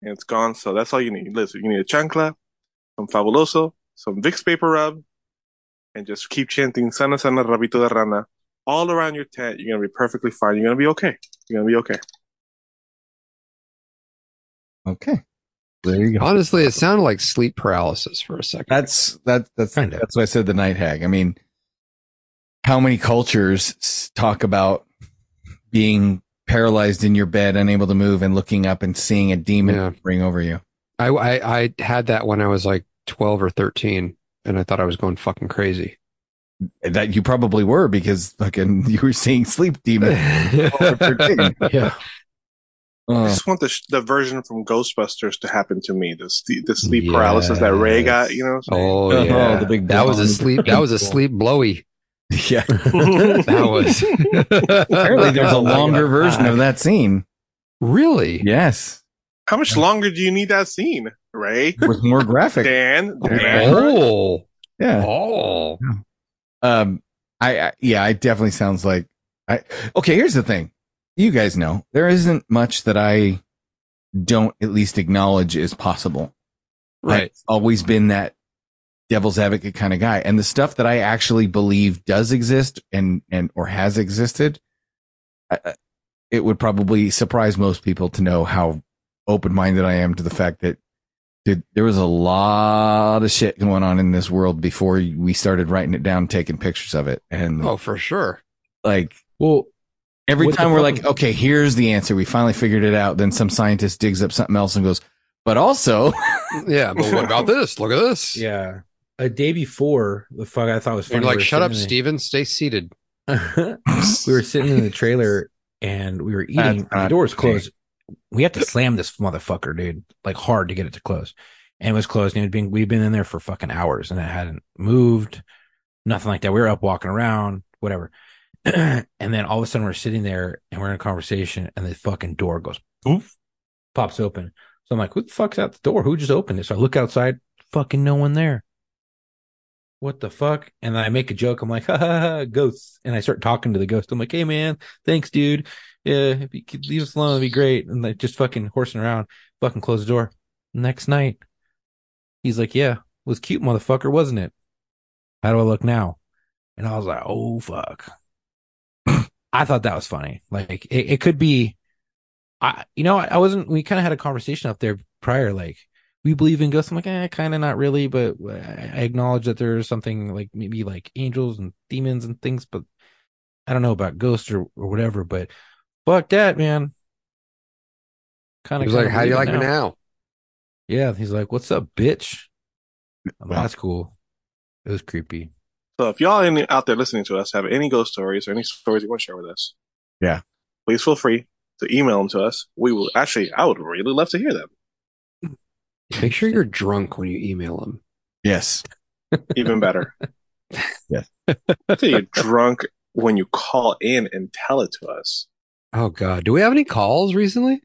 and it's gone. So that's all you need. Listen, you need a chancla, some fabuloso, some Vicks paper rub, and just keep chanting "sana sana rabito de rana" all around your tent. You're gonna be perfectly fine. You're gonna be okay. You're gonna be okay. Okay. There you go. Honestly, it sounded like sleep paralysis for a second. That's that that's Kind of. that's why I said the night hag. I mean, how many cultures s- talk about being paralyzed in your bed, unable to move, and looking up and seeing a demon Yeah. bring over you? I, I I had that when I was like twelve or thirteen, and I thought I was going fucking crazy. That you probably were because fucking you were seeing sleep demons. Yeah. I Oh, just want the sh- the version from Ghostbusters to happen to me. The st- the sleep paralysis that Ray got. You know. what I'm saying? Oh, Oh, yeah. the big that was a blonde. sleep. That was a sleep blowy. yeah. That was Apparently, there's a Oh my longer God. version of that scene. really. Yes, How much longer do you need that scene, Ray? with more graphic. Dan, Dan Aykroyd? Oh, Yeah. oh, um I, I yeah it definitely sounds like i okay here's the thing you guys know there isn't much that i don't at least acknowledge is possible right. I've always been that devil's advocate kind of guy and the stuff that i actually believe does exist and and or has existed I, I- it would probably surprise most people to know how open-minded i am to the fact that dude, there was a lot of shit going on in this world before we started writing it down taking pictures of it and Oh, for sure. like Well, every What the time we're fuck like is- okay here's the answer we finally figured it out then some scientist digs up something else and goes but also Yeah, but what about this? Look at this. yeah. A day before, the fuck I thought was You're funny. like, we were shut up, sitting Steven. Stay seated. in the- we were sitting in the trailer and we were eating. That's and The not door's funny. closed. We have to slam this motherfucker, dude, like hard to get it to close. And it was closed. And it'd been, we'd been in there for fucking hours and it hadn't moved, nothing like that. We were up walking around, whatever. and then all of a sudden we're sitting there and we're in a conversation and the fucking door goes poof, pops open. So I'm like, who the fuck's out the door? Who just opened it? So I look outside, fucking no one there. What the fuck? And then I make a joke. I'm like, ha ha ha, ghosts. And I start talking to the ghost. I'm like, hey man, thanks dude. Yeah, if you could leave us alone, it'd be great. And like just fucking horsing around, fucking close the door. Next night, he's like, yeah, was cute, motherfucker, wasn't it? How do I look now? And I was like, oh fuck. I thought that was funny. Like it, it could be, I you know I, I wasn't. We kind of had a conversation up there prior. Like we believe in ghosts. I'm like, eh, kind of not really, but I, I acknowledge that there's something like maybe like angels and demons and things, but I don't know about ghosts or, or whatever. But fuck that, man. Kind He was like, how do you like me now? Yeah, he's like, what's up, bitch? I'm like, Wow. That's cool. It was creepy. So if y'all any, out there listening to us have any ghost stories or any stories you want to share with us, Yeah. please feel free to email them to us. We will actually, I would really love to hear them, Make sure you're drunk when you email him. yes even better. Yes. So you're drunk when you call in and tell it to us. Oh God, do we have any calls recently?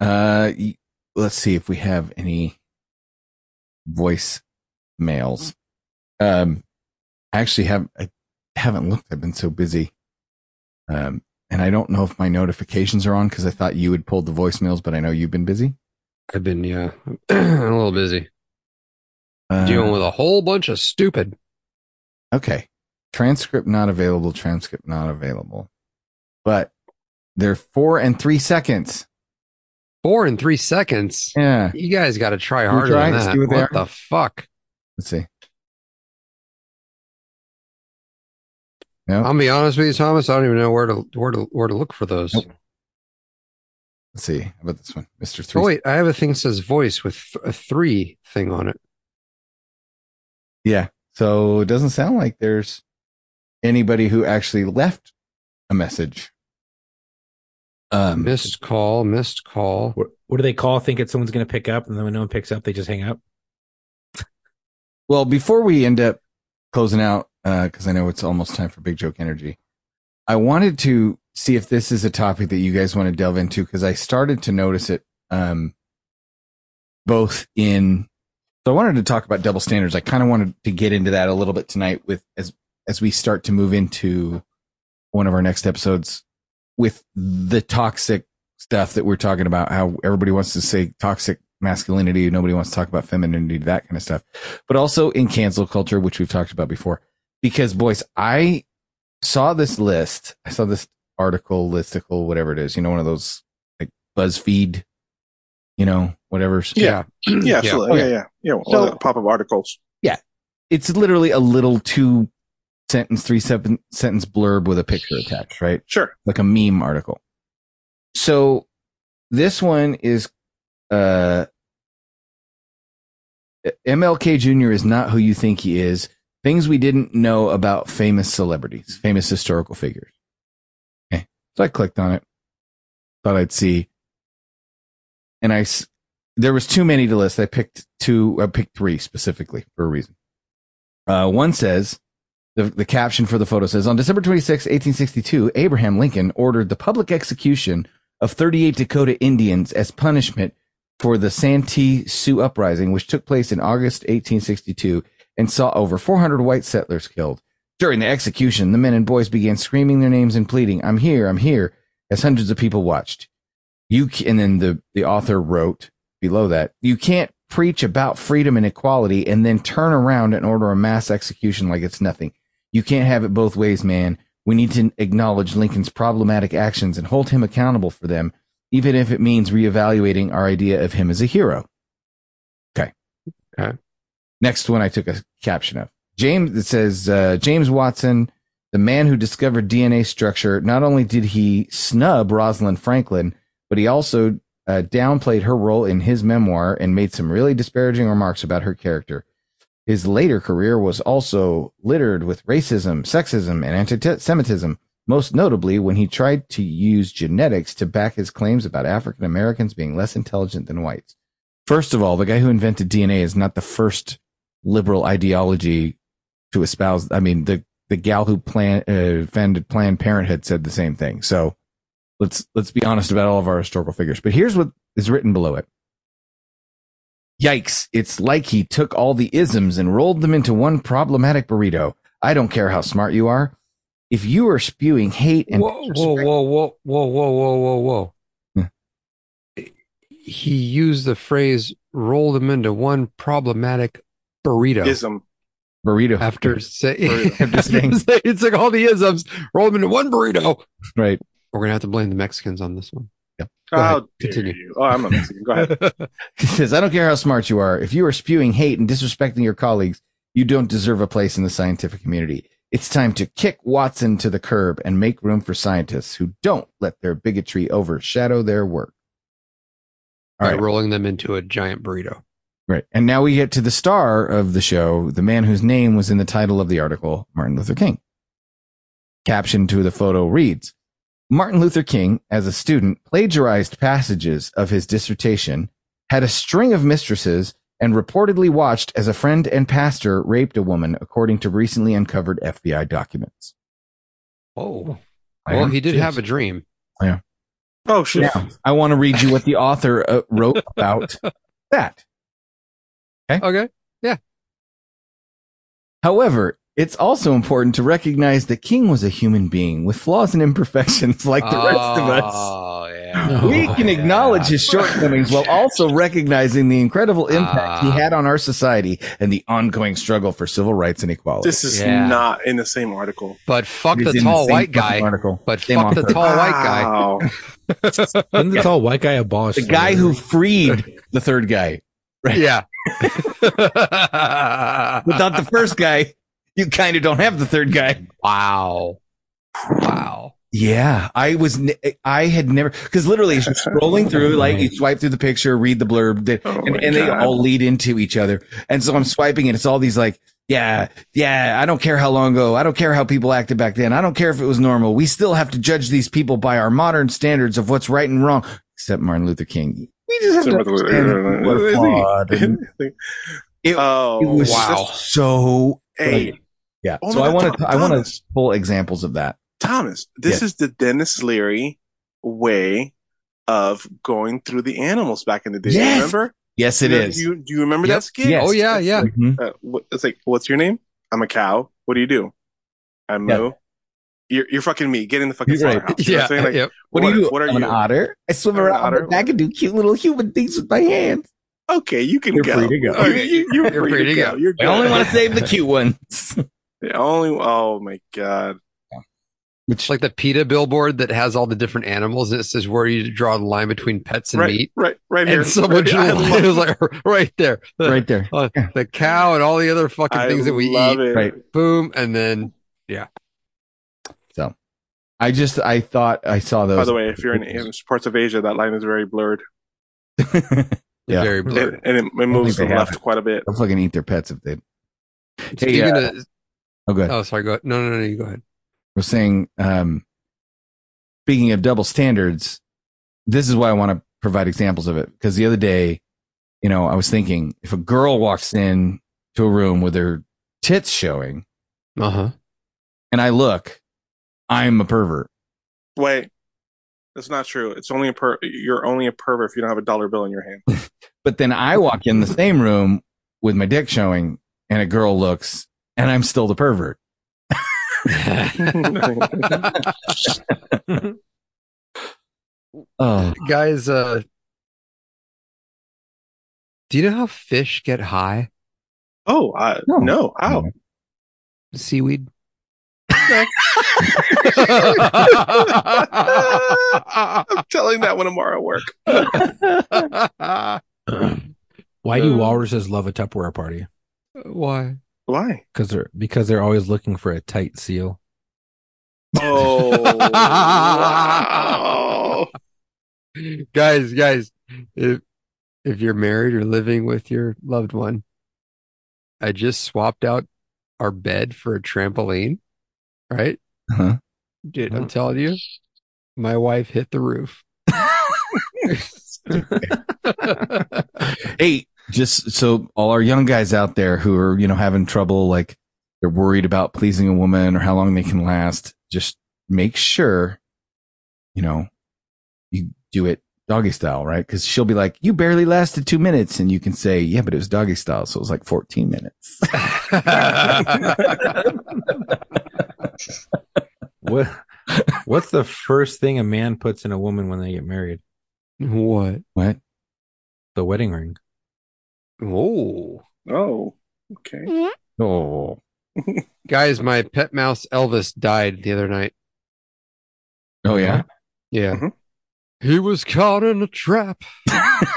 uh y- let's see if we have any voice mails um i actually have i haven't looked i've been so busy um and i don't know if my notifications are on because i thought you had pulled the voicemails but i know you've been busy I've been yeah, a little busy uh, dealing with a whole bunch of stupid. Okay. Transcript not available, transcript not available. But they're four and three seconds. Four in three seconds. Yeah. You guys got to try You harder try than to that. see what they What are? the fuck? Let's see. No? I'll be honest with you, Thomas. I don't even know where to where to where to look for those. Nope. Let's see. How about this one? Mr. Three. Oh wait, I have a thing that says voice with th- a three thing on it. Yeah. So it doesn't sound like there's anybody who actually left a message. Um, Missed call, missed call. What, what do they call? Think it's someone's going to pick up, and then when no one picks up, they just hang up. Well, before we end up closing out, because I know it's almost time for Big Joke Energy, I wanted to see if this is a topic that you guys want to delve into because I started to notice it um, both in. So I wanted to talk about double standards. I kind of wanted to get into that a little bit tonight with as as we start to move into one of our next episodes with the toxic stuff that we're talking about, how everybody wants to say toxic masculinity, nobody wants to talk about femininity, that kind of stuff but also in cancel culture, which we've talked about before. Because, boys, I saw this list. I saw this article, listicle, whatever it is. You know, one of those like BuzzFeed, you know, whatever. Yeah. Yeah, absolutely. Okay. Yeah, yeah, yeah. All So- the pop-up articles. It's literally a little two sentence, three seven sentence blurb with a picture attached, right? Sure. like a meme article. So this one is uh MLK Jr. is not who you think he is. Things we didn't know about famous celebrities, famous historical figures. Okay. So I clicked on it. Thought I'd see. And I s- there was too many to list. I picked two, I picked three specifically for a reason. Uh one says the, the caption for the photo says On December 26, 1862, Abraham Lincoln ordered the public execution of 38 Dakota Indians as punishment for the Santee Sioux Uprising, which took place in August 1862 and saw over 400 white settlers killed. During the execution, the men and boys began screaming their names and pleading, I'm here, I'm here, as hundreds of people watched. You ca- and then the, the author wrote below that, you can't preach about freedom and equality and then turn around and order a mass execution like it's nothing. You can't have it both ways, man. We need to acknowledge Lincoln's problematic actions and hold him accountable for them, even if it means reevaluating our idea of him as a hero. Okay. Okay. Next one I took a caption of. James, it says, uh, James Watson, the man who discovered DNA structure, not only did he snub Rosalind Franklin, but he also uh, downplayed her role in his memoir and made some really disparaging remarks about her character. His later career was also littered with racism, sexism, and anti Semitism, most notably when he tried to use genetics to back his claims about African Americans being less intelligent than whites. First of all, the guy who invented DNA is not the first liberal ideology to espouse. I mean, the, the gal who plan, uh, founded Planned Parenthood said the same thing. So let's, let's be honest about all of our historical figures. But here's what is written below it. Yikes, it's like he took all the isms and rolled them into one problematic burrito. I don't care how smart you are. If you are spewing hate and whoa, whoa, whoa, whoa, whoa, whoa, whoa, whoa, whoa. Yeah. Hmm. He used the phrase "roll them into one problematic burrito." Ism. burrito After saying, Burrito. after saying, it's like all the isms, roll them into one burrito. right We're gonna have to blame the Mexicans on this one. Go ahead, How dare continue. you? Oh, I'm not Mexican. Go ahead. He says, I don't care how smart you are. If you are spewing hate and disrespecting your colleagues, you don't deserve a place in the scientific community. It's time to kick Watson to the curb and make room for scientists who don't let their bigotry overshadow their work. All by right. rolling them into a giant burrito. Right. And now we get to the star of the show, the man whose name was in the title of the article, Martin Luther King. Caption to the photo reads Martin Luther King, as a student, plagiarized passages of his dissertation, had a string of mistresses, and reportedly watched as a friend and pastor raped a woman, according to recently uncovered FBI documents. Oh, well, he did have a dream. Oh, shit. Now, I want to read you what the author uh, wrote about that. Okay, However, it's also important to recognize that King was a human being with flaws and imperfections like the rest of us. Oh, yeah. We can Yeah. acknowledge his shortcomings while also recognizing the incredible impact he Ah. had on our society and the ongoing struggle for civil rights and equality. This is Yeah. not in the same article. But fuck It is the in tall same white guy. fucking Article. But Same fuck the author. tall white guy. Wow. Didn't the tall white guy abolish The guy who freed the third guy. Yeah. Without the first guy, you kind of don't have the third guy. wow. Wow. Yeah, I was. ne- I had never because literally it's just scrolling through, like you swipe through the picture, read the blurb, the- Oh and, my and they God. all lead into each other. And so I'm swiping, and it's all these like, yeah, yeah. I don't care how long ago. I don't care how people acted back then. I don't care if it was normal. We still have to judge these people by our modern standards of what's right and wrong. Except Martin Luther King. We just have to understand what a fraud and- It- oh, It was wow. so. Hey, Yeah. Oh so my I God, want to. I want to Thomas. pull examples of that. Thomas, this Yes. is the Dennis Leary way of going through the animals back in the day. Yes. Remember? Yes, it Do you- is. Do you, do you remember Yep. that skit? Yes. Oh yeah, yeah. Mhm. Uh, wh- it's like, what's your name? I'm a cow. What do you do? I'm Yeah. moo. You're, you're fucking me. Get in the fucking You're right. slaughterhouse. You know Yeah. what I'm saying? Like, yep. What, do you do? What are I'm An you? otter. I swim I'm an around. otter. but I can do cute little human things with my hands. Okay, you can You're go. free to go. Okay, you, are free, to go. You're I good. only want to save the cute ones. The only. Oh my god. Which, It's like the PETA billboard that has all the different animals and it says where you draw the line between pets and right, meat. right, right here. And someone Right here. I drew a line. love- It was like right there. The, right there. uh, the cow and all the other fucking I things that we love eat. it. Right. Boom. And then I just, I thought I saw those. By the way, if you're in, in parts of Asia, that line is very blurred, Yeah. very blurred. and, and it, it moves to they the have left it. quite a bit. I'll fucking eat their pets if they. Hey, Speaking uh, of- oh, good. oh, sorry. Go ahead. No, no, no, you go ahead. We're saying, um, speaking of double standards, this is why I want to provide examples of it. Because the other day, you know, I was thinking if a girl walks in to a room with her tits showing Uh huh. and I look, I'm a pervert. Wait, that's not true. It's only a per. You're only a pervert if you don't have a dollar bill in your hand. But then I walk in the same room with my dick showing and a girl looks and I'm still the pervert. Uh-huh. Oh, Guys, uh, do you know how fish get high? oh, I, No. no. Ow. Seaweed. I'm telling that one tomorrow at work. Why Um, do walruses love a Tupperware party? Why? Why? Because they're because they're always looking for a tight seal. Oh. Oh. wow. Guys, guys, if if you're married or living with your loved one, I just swapped out our bed for a trampoline, right? Uh-huh. Dude, I'm telling you, my wife hit the roof. hey, just so all our young guys out there who are, you know, having trouble, like they're worried about pleasing a woman or how long they can last, just make sure, you know, you do it doggy style, right? Because she'll be like, you barely lasted two minutes. And you can say, yeah, but it was doggy style. So it was like 14 minutes. What what's the first thing a man puts in a woman when they get married? what? What? The wedding ring. Oh. Oh, okay. Oh, Guys, my pet mouse Elvis died the other night. oh yeah. Yeah. Mhm. He was caught in a trap. I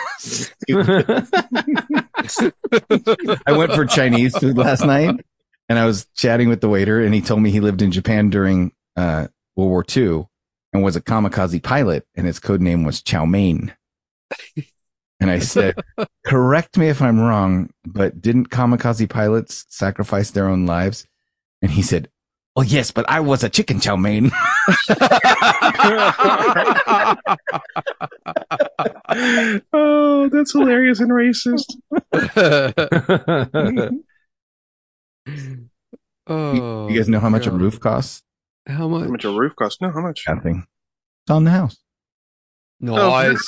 went for Chinese food last night and I was chatting with the waiter and he told me he lived in Japan during uh, World War II and was a kamikaze pilot and his code name was Chow Mein. And I said, correct me if I'm wrong, but didn't kamikaze pilots sacrifice their own lives? And he said, Oh yes, but I was a chicken chow mein. oh, that's hilarious and racist. Mm-hmm. oh, you guys know how much a God. roof costs? How How much? much a roof cost? No, how much? Nothing. It's on the house. Nice.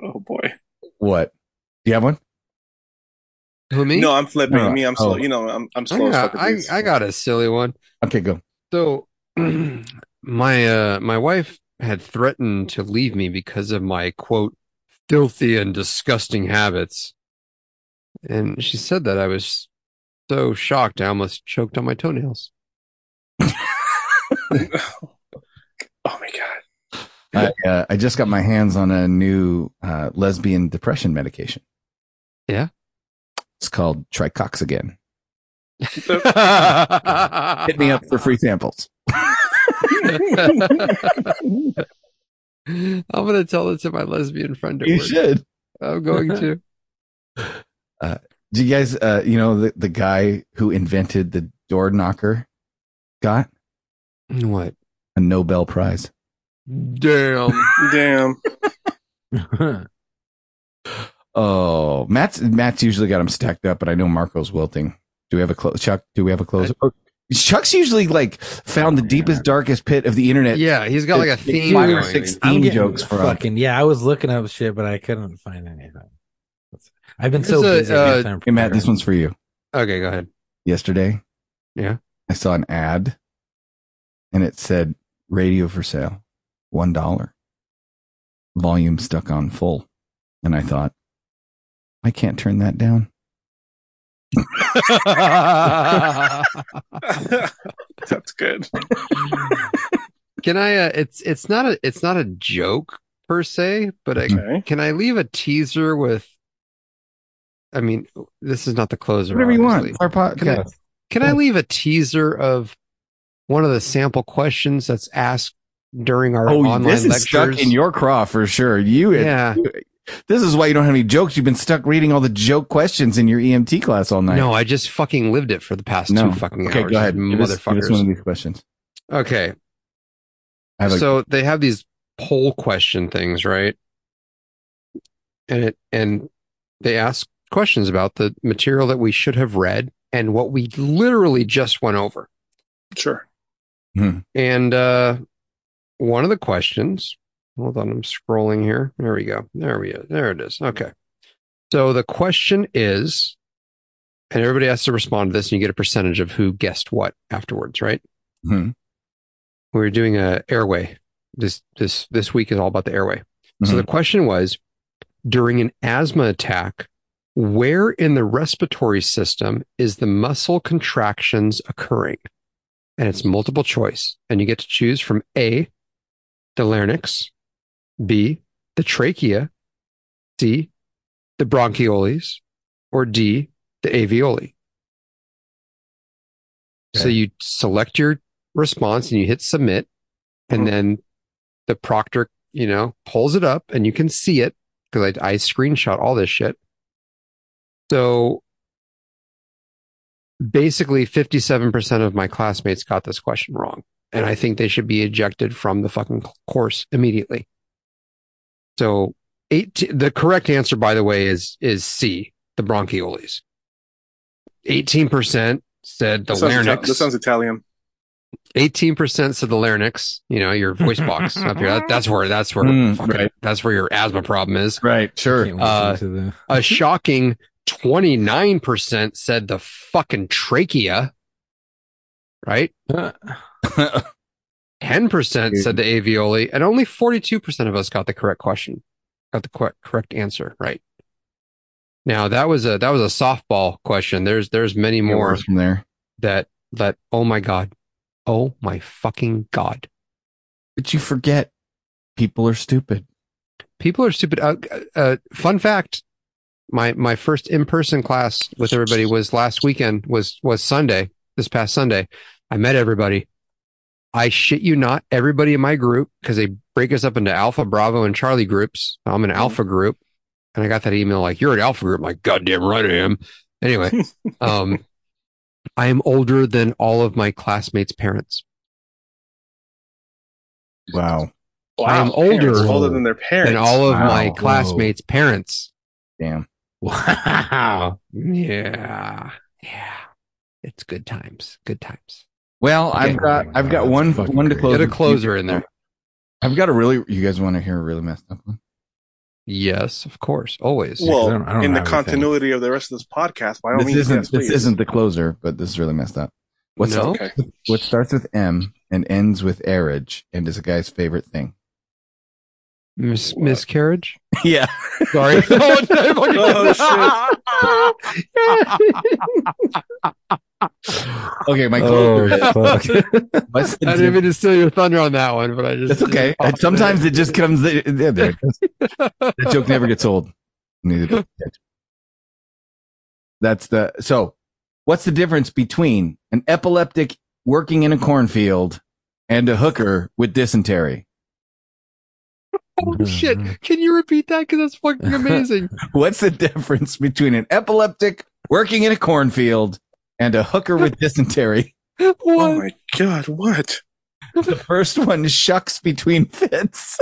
Oh boy. What? Do you have one? Who me? No, I'm flipping. No, Me, I'm slow. oh. You know, I'm I'm I slow. as got, fuck at I, these. I got a silly one. Okay, go. So my uh my wife had threatened to leave me because of my quote filthy and disgusting habits. And she said that I was so shocked I almost choked on my toenails. oh my god. I, uh, I just got my hands on a new uh, lesbian depression medication. Yeah? It's called Tricox again. Hit me up for free samples. I'm gonna tell it to my lesbian friend at You work. should. I'm going to. Do you guys, uh, you know, the, the guy who invented the door knocker got What? a Nobel Prize. Damn. Damn. Oh, Matt's Matt's usually got them stacked up, but I know Marco's wilting. Do we have a close? Chuck, do we have a close? Chuck's usually like found the deepest, darkest pit of the internet. Oh, Yeah, he's got like a It's theme. five or going. six I'm theme getting jokes for him. fucking yeah. I was looking up shit, but I couldn't find anything. I've been so There's a, busy. I uh, haven't time for Hey, Matt, this one's for you. Okay, go ahead. Yesterday, Yeah. I saw an ad, and it said "radio for sale, one dollar, volume stuck on full," and I thought, I can't turn that down. That's good. Can I? Uh, it's it's not a it's not a joke per se, but Hmm. I, Okay. can I leave a teaser with? I mean, this is not the closer. Whatever you want. obviously. It's our Can I- podcast. Can I leave a teaser of one of the sample questions that's asked during our Oh, online this is lectures? stuck in your craw for sure. You, yeah. this is why you don't have any jokes. You've been stuck reading all the joke questions in your EMT class all night. No, I just fucking lived it for the past No. two fucking Okay, hours. go ahead. Give us, give us one of motherfuckers. these questions. Okay, I have a- so they have these poll question things, right? And it and they ask questions about the material that we should have read and what we literally just went over. Sure. And uh, one of the questions, hold on, I'm scrolling here. There we go. There we go. There it is. Okay. So the question is, and everybody has to respond to this, and you get a percentage of who guessed what afterwards, right? Mhm. We were doing a airway. This this this week is all about the airway. So Mhm. the question was, during an asthma attack, where in the respiratory system is the muscle contractions occurring? and it's multiple choice. And you get to choose from A, the larynx, B, the trachea, C, the bronchioles, or D, the alveoli. So Okay. you select your response and you hit submit, Mm. and then the proctor, you know, pulls it up and you can see it because I, I screenshot all this shit. So basically 57% of my classmates got this question wrong. And I think they should be ejected from the fucking course immediately. So eight, the correct answer, by the way, is, is C, the bronchioles. 18% said the That sounds Ita- larynx. that sounds Italian. 18% said the larynx, you know, your voice box up here. That, that's where, that's where, Mm, fucking, right. that's where your asthma problem is. right, sure. Can't Uh, listen to the- A shocking 29% said the fucking trachea, right? Uh, 10% said the alveoli, and only 42% of us got the correct question, got the correct, correct answer right. Now that was a that was a softball question. There's there's many more Worse from there. that that oh my god, oh my fucking god, But you forget people are stupid. people are stupid. Uh, uh, fun fact: my my first in person class with everybody was last weekend was was Sunday this past Sunday. I met everybody. I shit you not, everybody in my group because they break us up into Alpha, Bravo, and Charlie groups. I'm an Alpha group, and I got that email like you're an Alpha group. I'm like goddamn right I am. Anyway, um, I am older than all of my classmates' parents. Wow. I am older. Parents, older than their parents. Than all of Wow. my Whoa. classmates' parents. Damn. Wow. Yeah. Yeah. It's good times. Good times. Well, I've Okay. got I've got That's one fucking one to crazy. close. Get a with. closer in there. I've got a really you guys want to hear a really messed up one? Yes, of course. Always. Well, I don't- I don't in the have anything. continuity of the rest of this podcast, by all This means, isn't yes, this please. isn't the closer, but this is really messed up. What's No? Okay. what starts with M and ends with airage and is a guy's favorite thing? Mis- miscarriage. Yeah. Sorry. Oh, shit. Okay, my closer is- oh, fuck. What's the I didn't mean to steal your thunder on that one, but I just. That's okay. And sometimes it just comes. Yeah, there it goes. that joke never gets old. Neither does it. That's the so What's the difference between an epileptic working in a cornfield and a hooker with dysentery? Oh shit! Can you repeat that? Because that's fucking amazing. What's the difference between an epileptic working in a cornfield and a hooker with dysentery? what? Oh my god, what? The first one shucks between fits.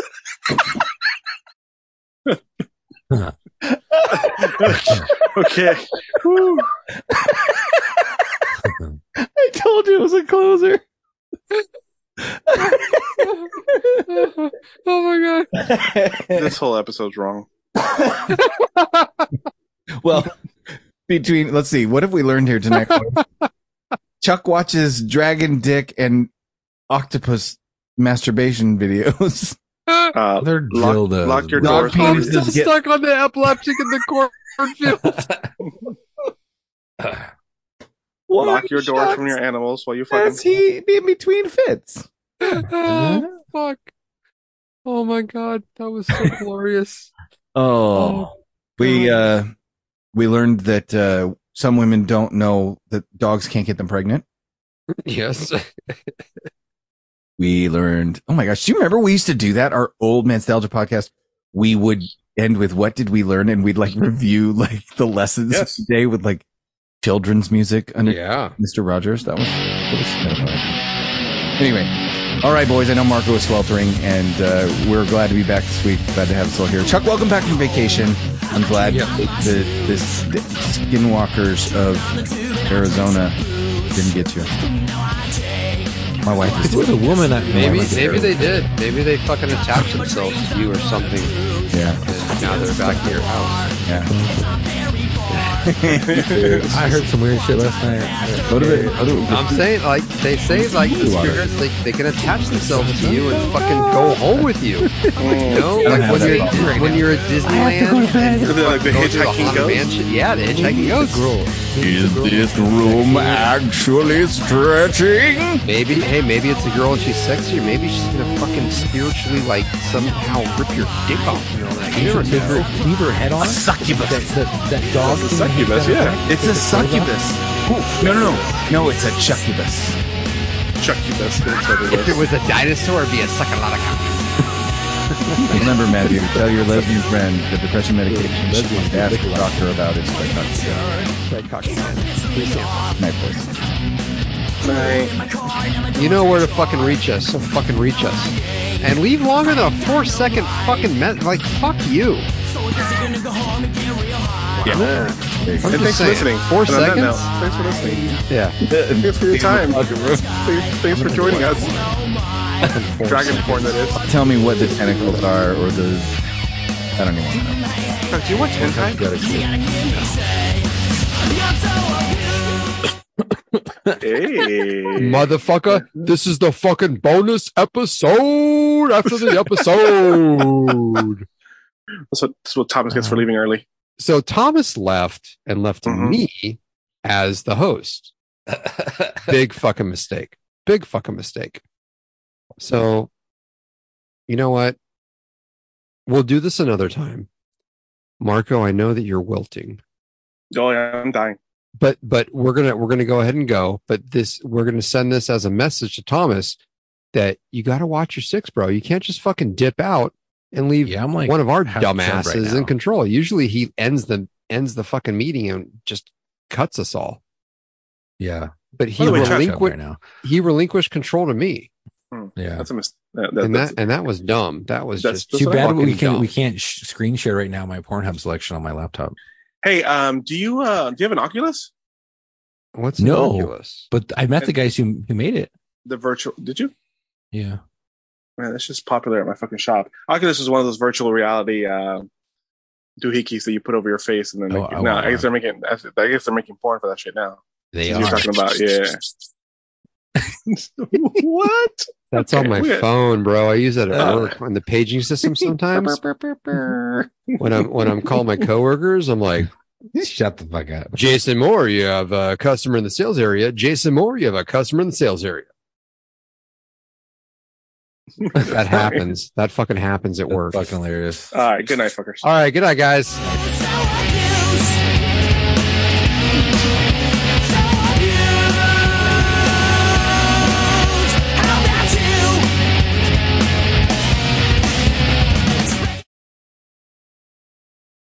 Okay. Whew. I told you it was a closer. oh my This whole episode's wrong. well, between let's see, what have we learned here tonight? Chuck watches dragon dick and octopus masturbation videos. god! Uh, They're Lock- dildos. lock your Dog doors. I'm penises still get- stuck on the epileptic in the cornfield. Lock your doors from your animals while you fucking. As he in between fits. oh, fuck. Oh my god, that was so glorious. Oh, we uh, we learned that uh, some women don't know that dogs can't get them pregnant. Yes. we learned oh my gosh do you remember we used to do that our old nostalgia podcast we would end with what did we learn and we'd like review like the lessons Yes. of the day with like children's music under Yeah. mr rogers that was, that was kind of fun. anyway all right boys i know marco is sweltering and uh, we're glad to be back this week glad to have us all here chuck welcome back from vacation i'm glad the, this the skinwalkers of arizona didn't get you my wife is It was a woman I Maybe maybe. maybe they did. Maybe they fucking attached themselves to you or something. yeah And now they're back to your house. Yeah. I heard some weird shit last night. Go to the, go to- I'm saying like they say like the spirits they, they can attach themselves to you and fucking go home with you. You know? Like when you're when you're at Disneyland and you're They're like the fucking going to the hitchhiking Haunted ghost? mansion. Yeah, the hitchhiking ghost. Is this room actually stretching? Maybe, hey, maybe it's a girl and she's sexy, or maybe she's gonna fucking spiritually, like, somehow rip your dick off. You know, like, you never Leave her, leave her head on. Succubus. That, that, that dog. thing that hangs succubus, down yeah. the back. It's a succubus. No, no, no. No, it's a chuckubus. Chuck you best. If it was a dinosaur, it'd be a sucking lot of cock. Remember, Matthew, tell your lesbian friend the depression medication she wants to ask the doctor about is psychotic. Night, boys. You know where to fucking reach us, so fucking reach us. And leave longer than a four second fucking me- like, fuck you. And thanks for saying. listening. Four And on that seconds? note, Thanks for listening. Yeah. Thanks for your time. Thanks, thanks for joining us. Dragon porn, that is. Tell me what the tentacles are or the. I don't even want to know. Chuck, do you watch hentai? Got it. Hey. Motherfucker, this is the fucking bonus episode after the episode. That's what, that's what Thomas gets for leaving early. so Thomas left and left Mhm. me as the host. Big fucking mistake. Big fucking mistake. So, you know what? We'll do this another time. Marco, I know that you're wilting, Oh, yeah, I'm dying. but but we're going to we're going to go ahead and go, but this we're going to send this as a message to Thomas that you got to watch your six, bro. You can't just fucking dip out and leave Yeah, I'm like one of our half percent right dumbasses now. in control. Usually he ends the ends the fucking meeting and just cuts us all. Yeah, But he the way, Chuck- relinqu- right now. he relinquished control to me, Yeah. That's a mistake. That, that, and that's, that and that was dumb. That was That's- just that's Too what I bad fucking we can dumb. we can't sh- screen share right now my Pornhub selection on my laptop. hey, um, do you uh, do you have an Oculus? What's No. ridiculous? But I met the guys who who made it. The virtual? Did you? Yeah. Man, that's just popular at my fucking shop. Oculus is one of those virtual reality uh, doohickeys that you put over your face, and then Oh, like, I no, want I guess they're making. I guess they're making porn for that shit now. They You're talking about yeah. what? That's on my Okay. phone, bro. I use that at Uh. work on the paging system sometimes. when I'm when I'm calling my coworkers, I'm like, Shut the fuck up. Jason Moore, you have a customer in the sales area. Jason Moore, you have a customer in the sales area. That happens. That fucking happens at That's work. fucking hilarious. All right. Good night, fuckers. All right, good night, guys. Inside